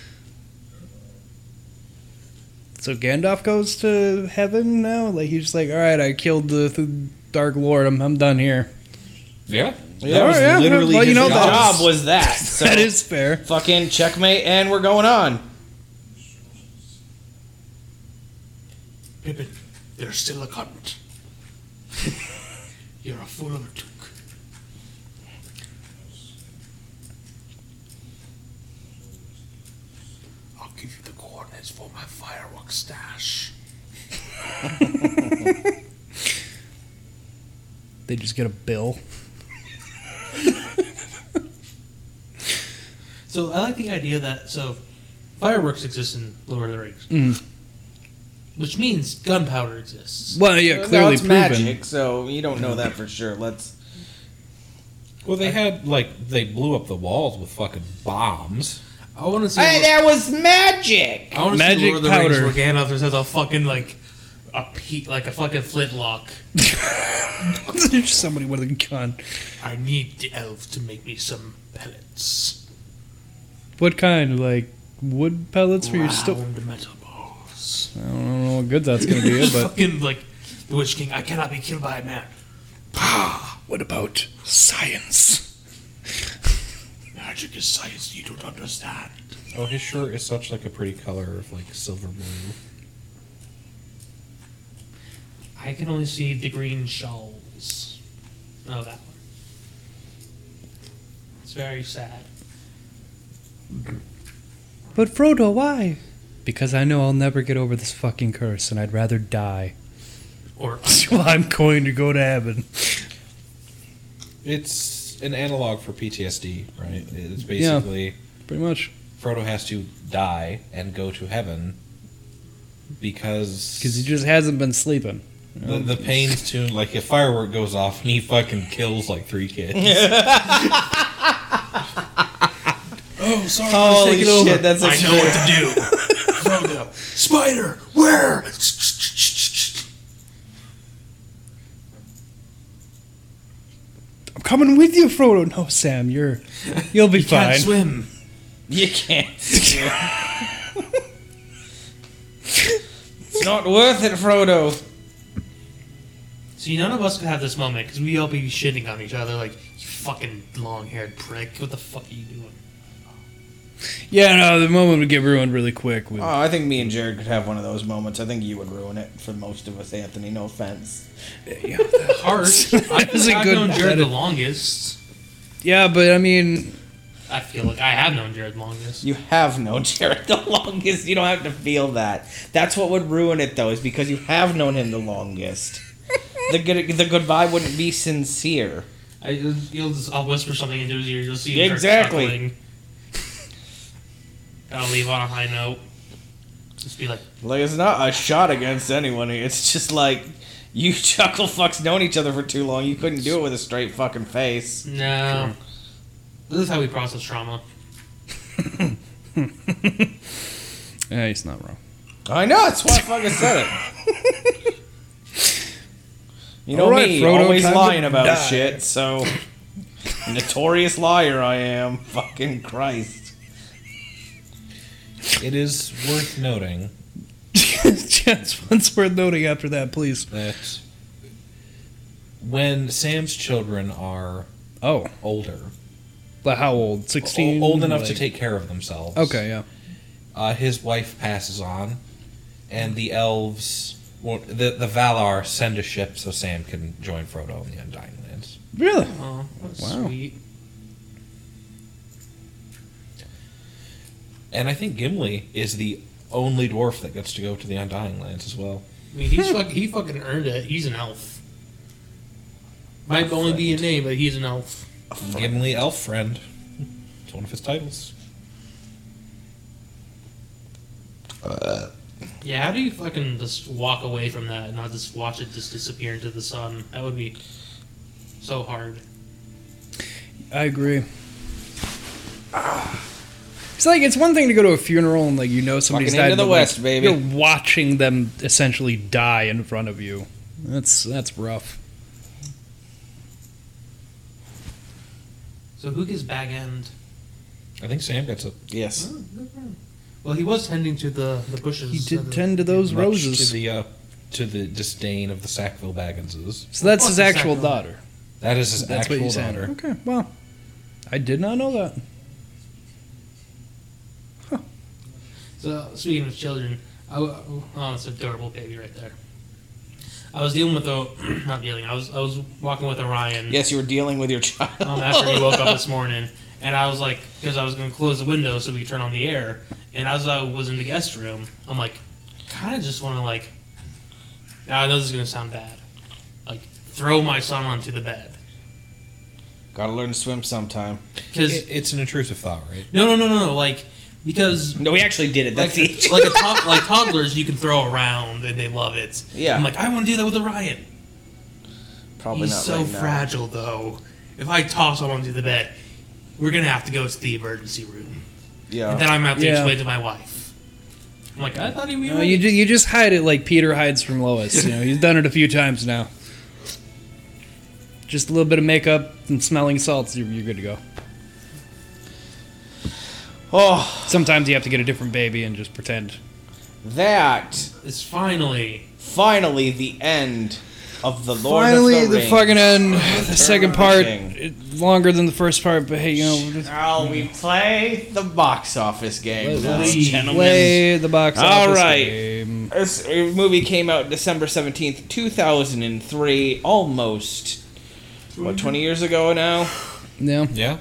So Gandalf goes to heaven now. Like he's just like, all right, I killed the, the Dark Lord. I'm I'm done here. Yeah. That was yeah, literally well, you his know, job that's- was that. So That is fair. fucking checkmate and we're going on. Pippin, there's still a comet. You're a fool of a duke. I'll give you the coordinates for my fireworks stash. They just get a bill. So I like the idea that so fireworks exist in Lord of the Rings, Mm. which means gunpowder exists. Well, yeah, No, clearly it's proven. magic, so you don't know that for sure. Let's Well, they had like they blew up the walls with fucking bombs. I want to see. Hey, that was magic. I want to see Magic Lord of the Rings powder. where Gandalf just has a fucking like a pe- like a fucking flintlock. There's somebody with a gun. I need the elf to make me some pellets. What kind? Like wood pellets for your Round stove? metal balls. I don't know what good that's gonna do, but fucking like the Witch King. I cannot be killed by a man. What about science? Magic is science you don't understand. Oh, his shirt is such like a pretty color of like silver blue. I can only see the green shawls. Oh, that one. It's very sad. but Frodo, why? Because I know I'll never get over this fucking curse, and I'd rather die. Or well, I'm going to go to heaven. It's an analog for PTSD, right? It's basically Pretty much, Frodo has to die and go to heaven because because he just hasn't been sleeping. the, the pain's tuned. Like if firework goes off and he fucking kills like three kids. Oh, sorry. Holy shit, that's I know actually what to do. Frodo. Spider, where? I'm coming with you, Frodo. No, Sam, you're you'll be fine. Can't swim. You can't. it's not worth it, Frodo. See, none of us could have this moment because we all be shitting on each other like, you fucking long haired prick. What the fuck are you doing? Yeah, no, the moment would get ruined really quick. Uh, With, Oh, I think me and Jared could have one of those moments. I think you would ruin it for most of us, Anthony. No offense. Harsh. I feel That's like a I've good known Jared the edit. longest. yeah, but I mean, I feel like I have known Jared the longest. You have known Jared the longest. You don't have to feel that. That's what would ruin it, though, is because you have known him the longest. the good, the goodbye wouldn't be sincere. I, you'll just, I'll whisper something into his ear. You'll see him Exactly. exactly. I'll leave on a high note. Just be like, Like it's not a shot against anyone. here. It's just like you chuckle fucks known each other for too long. You couldn't do it with a straight fucking face. no. This is how we process trauma. eh, he's not wrong. I know. That's why I fucking said it. You know All right, me, Frodo, always time to lying about die. shit. So notorious liar I am. Fucking Christ. It is worth noting Just once worth noting after that, please. that when Sam's children are Oh, older, but how old? Sixteen. o- old enough to Like- take care of themselves, Okay, yeah. uh, his wife passes on, and the elves, well, the the Valar send a ship so Sam can join Frodo in the Undying Lands. Really? Oh, that's Wow. sweet. And I think Gimli is the only dwarf that gets to go to the Undying Lands as well. I mean, he's fuck, he fucking earned it. He's an elf. Might only be a name, but he's an elf. Gimli, elf friend. It's one of his titles. Yeah, how do you fucking just walk away from that and not just watch it just disappear into the sun? That would be so hard. I agree. It's like it's one thing to go to a funeral and like you know somebody's Fucking died, into the but, like, West, baby. You're watching them essentially die in front of you. That's that's rough. So who gets back end? I think Sam gets it. Yes. Well, he was tending to the, the bushes. He of did the- tend to those much roses. to the uh, to the disdain of the Sackville Bagginses. so that's his Fuck the actual sacrifice. daughter. That is his That's what actual you said. daughter. Okay, well, I did not know that. So speaking of children, I, w- oh, it's an adorable baby right there. I was dealing with a not dealing. I was I was walking with Orion Yes, you were dealing with your child. um, after we woke up this morning, and I was like, because I was going to close the window so we could turn on the air, and as I was in the guest room, I'm like, kind of just want to like. Now I know this is going to sound bad, like throw my son onto the bed Gotta learn to swim sometime. because It, it's an intrusive thought, right? no no no no no like because No, we actually did it. like, That's the like a top, like toddlers you can throw around and they love it. Yeah. I'm like, I want to do that with Orion. probably He's not so right now. fragile though. If I toss him onto the bed, we're gonna have to go to the emergency room. And Yeah. then I'm gonna have to Yeah. explain to my wife. I'm like, I thought he was No, you ju- you just hide it like Peter hides from Lois. You know, he's done it a few times now. Just a little bit of makeup and smelling salts, you're, you're good to go. Oh, Sometimes you have to get a different baby and just pretend. that it's finally finally the end of the Lord Finally, of the, the, Rings. fucking end. The second part, King. it- longer than the first part, but hey, you know, just Now we play the box office game. Please. play the box All office right. game. This movie came out December 17th, 2003, almost what 20 years ago now. No, Yeah.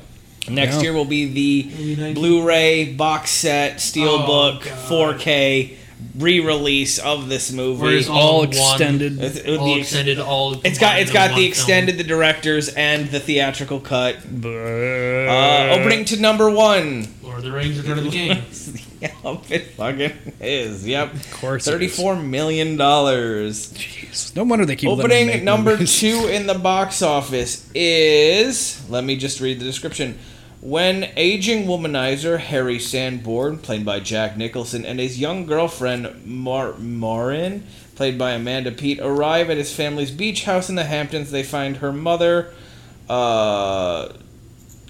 Next Yeah. year will be the Blu-ray box set, steelbook, Oh, God. 4K re-release of this movie. Where's all all one- extended. It's- it would all be- extended. All it's got it's combined got in the one extended, the directors, and the theatrical cut. Uh, opening to number one. Film. Lord of the Rings: Return of the King. yeah, it fucking is. Yep, Of course, it is. thirty-four million dollars. Jeez. No wonder they keep letting them Opening make number movies. two in the box office is. Let me just read the description. When aging womanizer Harry Sanborn, played by Jack Nicholson, and his young girlfriend Mar- Marin, played by Amanda Pete, arrive at his family's beach house in the Hamptons, they find her mother uh,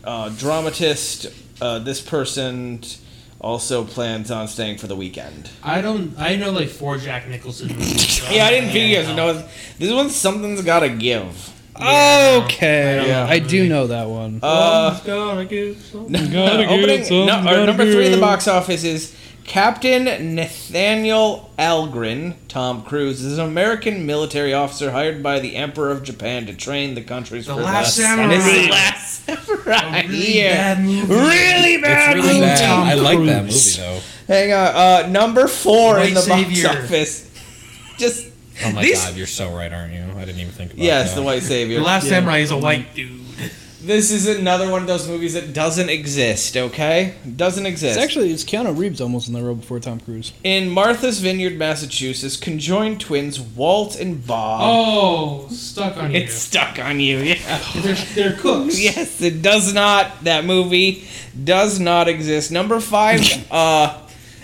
uh, dramatist. Uh, this person t- also plans on staying for the weekend. I don't. I know like four Jack Nicholson movies. so Yeah, I Oh, didn't figure you guys don't would know. This one's something's gotta give. Yeah, okay, I don't I do know that one. Oh, Uh, Gotta give some- opening, no, or number three in the box office is Captain Nathaniel Algren, Tom Cruise, is an American military officer hired by the Emperor of Japan to train the country's The first- Last Samurai. This is the last samurai. A really yeah. bad movie. Really bad. It's really movie. bad. I like that movie though. Hang on. Uh, number four in White the Savior. box office. Just Oh my These- god, you're so right, aren't you? I didn't even think about yes, that. the White Savior. The Last Yeah. Samurai is a white dude. This is another one of those movies that doesn't exist. Okay, doesn't exist. it's actually it's Keanu Reeves almost in the role before Tom Cruise. in Martha's Vineyard, Massachusetts, conjoined twins Walt and Bob. Oh, stuck on you. It's stuck on you. Yeah. They're, they're cooks. Yes, it does not. That movie does not exist. Number five. uh,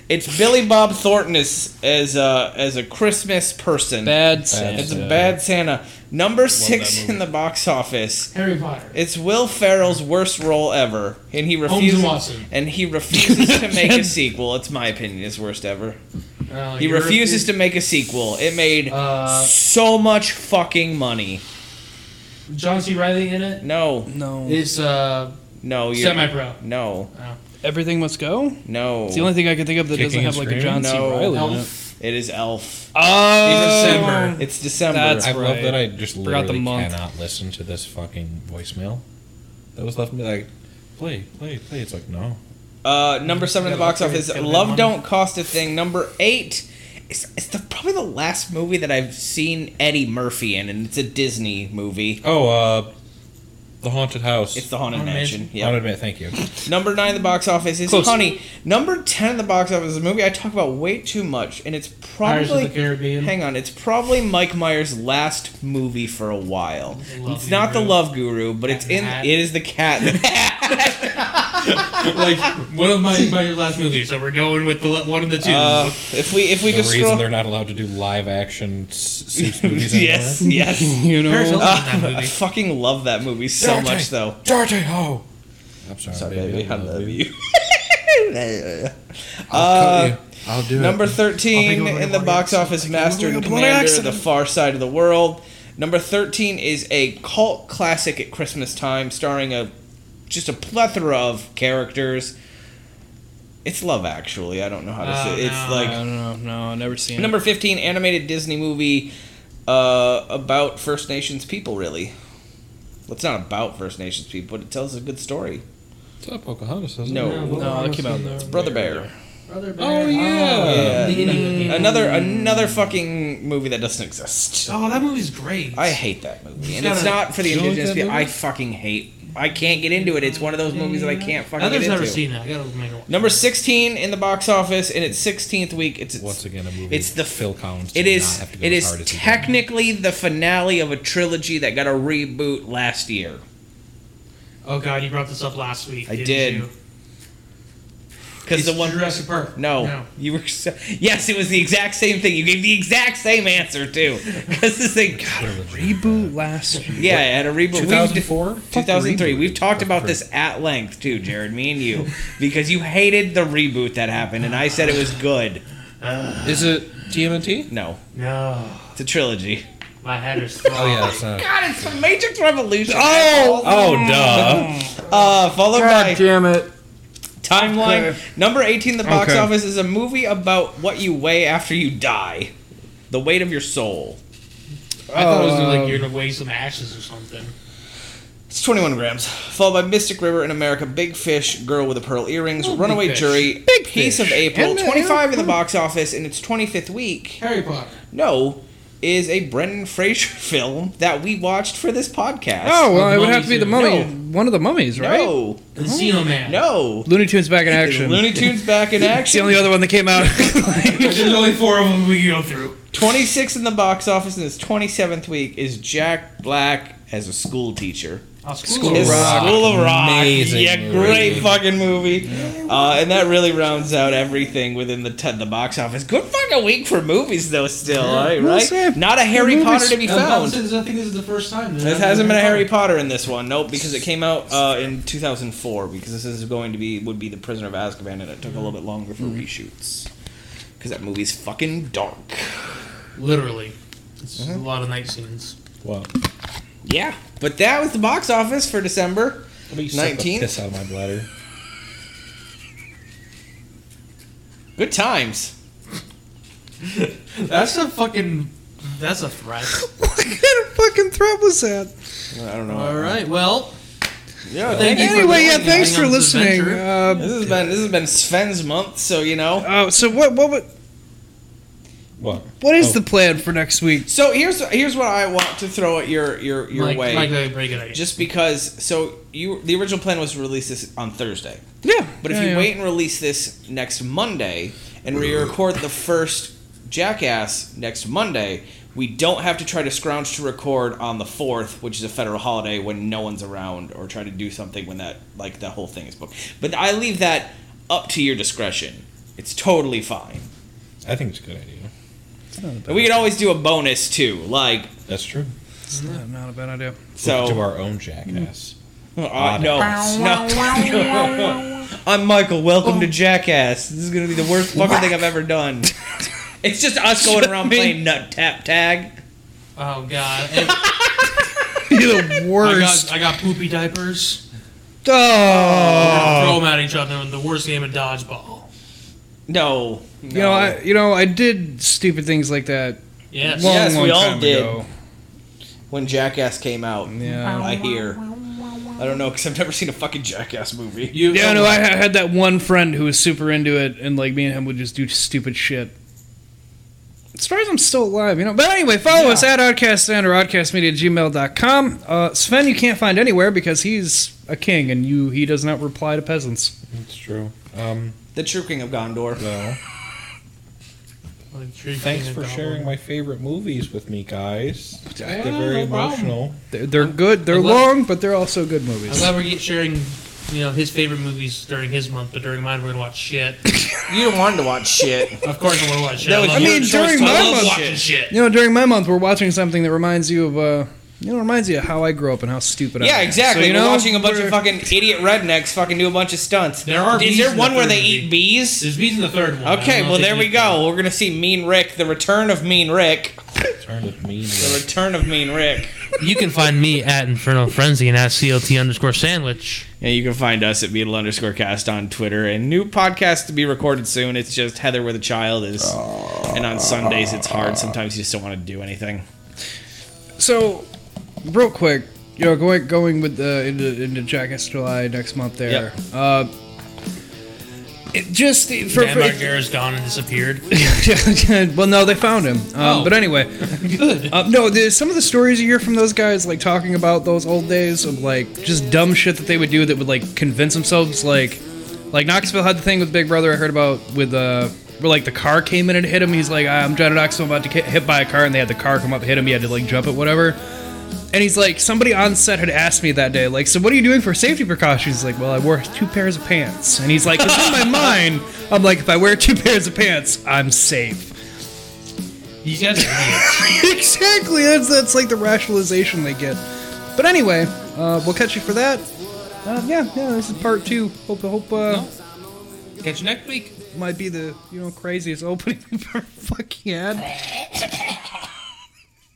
it's Billy Bob Thornton as as a as a Christmas person. Bad Santa. It's a bad Santa. Number six in the box office. Harry Potter. It's Will Ferrell's worst role ever, and he Holmes and refuses. Watson. and he refuses to make a sequel. It's my opinion, his worst ever. Uh, He you're- refuses to make a sequel. It made Uh, so much fucking money. John C. Riley in it No, No, is uh, no, you're semi-pro. no, everything must go. no. It's the only thing I can think of that doesn't Kicking have and like a John C. No. Riley. in it. Elf. It is Elf. Oh, December. It's December. That's- I love Right. that I just Forgot the literally month. cannot listen to this fucking voicemail that was left me. Like, play, play, play. It's like no. Uh, number seven in the box Yeah, look, office. it's got that Love money. don't cost a thing. Number eight. It's, it's the, probably the last movie that I've seen Eddie Murphy in, and it's a Disney movie. Oh, uh, the haunted house. It's the Haunted Haunted Mansion. I Yeah. would admit, thank you. Number nine in the box office is Close. Honey. Number ten in the box office is a movie I talk about way too much, and it's Pirates of the probably Caribbean. hang on, it's probably Mike Myers' last movie for a while. Love It's not the Guru. Love Guru, but Cat it's in the in Hat. it is the Cat. in the Hat. like one of my, my last movies, so we're going with the le- one of the two. Uh, if we if we the could reason scroll. they're not allowed to do live action s- Seuss movies anymore. Yes, yes. you Paris know. Hilton's in that Uh, I movie. fucking love that movie so Dante. much, though. Dirty ho. I'm sorry, Sorry, baby. Uh, baby, I love you. I'll Uh, cut you. I'll do Number it. thirteen in the box office, Master and Commander, The Far Side of the World. Number thirteen is a cult classic at Christmas time, starring a just a plethora of characters. It's Love Actually. I don't know how to Oh, say it. it's no. like I don't know. No, I've never seen number fifteen animated Disney movie uh, about First Nations people. Really, well, it's not about First Nations people, but it tells a good story. It's not Pocahontas, is No. it. No, that came out. in the- Brother Bear. Brother Bear. Oh yeah. Yeah. Mm. Another another fucking movie that doesn't exist. Oh, that movie's great. I hate that movie, and It's it's gotta- not for the You don't like indigenous that people. I movie? fucking hate. I can't get into it. It's one of those movies that I can't fucking Heather's get never into. seen it. I gotta make her watch Number it. sixteen in the box office in its sixteenth week. It's, it's Once again, a movie. It's the- Phil Collins. it did is not have to go it as is hard as he did. technically the finale of a trilogy that got a reboot last year. Oh god, you brought this up last week. I didn't did. you? Because It's the one Jurassic Park. no, you were so, yes, it was the exact same thing. You gave the exact same answer too. Because this thing, reboot last year. yeah, it had a reboot. We've- 2004. 2003. Fuck We've talked Fuck about reboot. this at length too, Jared, me and you, because you hated the reboot that happened, and I said it was good. Is it TMNT? No, No. it's a trilogy. My head is Oh yeah, it's not. God, it's the Matrix Revolution. Oh, Oh duh. uh, followed by damn it. timeline Okay. number 18. The box Okay. office is a movie about what you weigh after you die, the weight of your soul. I thought it was gonna, Oh, like you're um, gonna weigh some ashes or something. It's 21 grams. Followed by Mystic River in America, Big Fish, Girl with the Pearl Oh, Earrings, Runaway Fish. Jury, Big Piece of April, And, uh, 25 in the box office in its 25th week. Harry Potter. No, is a Brendan Fraser film that we watched for this podcast. Oh, well, it would have to be Mummies the mummy. One of the mummies, right? no, Casino Man. no. Looney Tunes back in action. Looney Tunes back in It's the action. only other one that came out. There's only four of them we can go through. 26 in the box office in its 27th week is Jack Black as a school teacher. Oh, School of Rock. School of Rock. Amazing yeah, movie. great fucking movie. Uh, and that really rounds out everything within the t- the box office. Good fucking week for movies, though. Still, right? Well right? said. Not a Harry Movies- Potter to be found. I think this is the first time. This hasn't been a Harry Potter in this one, nope, because it came out uh, in 2004. Because this is going to be would be the Prisoner of Azkaban, and it took a little bit longer Mm-hmm. for reshoots. Because that movie's fucking dark. Literally. It's Uh-huh. a lot of night scenes. Wow. Yeah, but that was the box office for December. You suck the 19th? piss out of my bladder. Good times. That's a fucking. That's a threat. What kind of fucking threat was that? I don't know. All right. Well, Yeah, Thank you for Anyway, yeah, joining thanks us for on this listening. adventure. Uh, This has been this has been Sven's month, so you know. uh, so what what wa- What? what is Oh. the plan for next week? So here's here's what I want to throw at your your your Mike, way. Mike, had a very good idea. just because, so you the original plan was to release this on Thursday, Yeah, but if yeah, you yeah. wait and release this next Monday and we record the first Jackass next Monday, we don't have to try to scrounge to record on the fourth, which is a federal holiday when no one's around, or try to do something when that like that whole thing is booked. But I leave that up to your discretion. It's totally fine. I think it's a good idea. And we could always do a bonus too, like That's true. It's not, not a bad idea. so. to our own jackass. Uh, no, no. I'm Michael. Welcome to Jackass. This is gonna be the worst fucking thing I've ever done. It's just us going around playing nut tap tag. oh god. And You're the I worst. got I got poopy diapers. oh, Throw them at each other in the worst game of dodgeball. No, no. you know, I you know I did stupid things like that. Yes. Long, Yes, long we all time did. Ago. when Jackass came out, Yeah. I hear. I don't know because I've never seen a fucking Jackass movie. You, Yeah, no, I ha- had that one friend who was super into it, and like me and him would just do stupid shit. As far as I'm still alive, you know. But anyway, follow us at Oddcast and or oddcastmedia at gmail.com. Uh, Sven, you can't find anywhere because he's a king and you he does not reply to peasants. That's true. Um, The True King of Gondor. well, Like, tree thanks king for and sharing goblin. my favorite movies with me, guys. They're Yeah, very no problem. emotional. They're, they're good, they're I'm glad- long, but they're also good I'm movies. glad we're get- sharing, you know, his favorite movies during his month, but during mine we're gonna watch shit. You didn't want to watch shit. Of course I'm gonna watch shit. That was I, love I mean, your choice during to my love month- shit. watching shit. You know, during my month, we're watching something that reminds you of, uh, you know, reminds you of how I grew up and how stupid I am. Yeah, exactly. So, you know, we're watching a bunch we're- of fucking idiot rednecks fucking do a bunch of stunts. There are Is bees there in one the where third they movie. eat bees? There's bees in the third one. I don't Okay, know well if they there we eat them. go. We're gonna see Mean Rick, the return of Mean Rick, Turn with me. the return of Mean Rick. You can find me at Inferno Frenzy and at CLT underscore sandwich. And you can find us at Beetle underscore Cast on Twitter. And new podcast to be recorded soon. It's just Heather with a Child is, and on Sundays it's hard. Sometimes you just don't want to do anything. So, real quick, you know, going going with the into into Jackass July next month there. Uh, it just it- for, Dan for it- Margera's gone and disappeared. well, no, they found him. Um, But anyway, Uh, no, the, some of the stories you hear from those guys, like talking about those old days of like just dumb shit that they would do that would like convince themselves, like, like Knoxville had the thing with Big Brother I heard about with uh, where like the car came in and hit him. He's like, I'm Johnny Knoxville, I'm about to get hit by a car, and they had the car come up, hit him. He had to like jump it, whatever. And he's like, somebody on set had asked me that day, like, so what are you doing for safety precautions? He's like, well, I wore two pairs of pants. And he's like, 'Cause in my mind, I'm like, if I wear two pairs of pants, I'm safe. You guys are idiots. exactly. That's that's like the rationalization they get. But anyway, uh, we'll catch you for that. Uh, yeah, yeah. This is part two. Hope hope uh, Catch you next week. might be the you know craziest opening we've ever fucking had.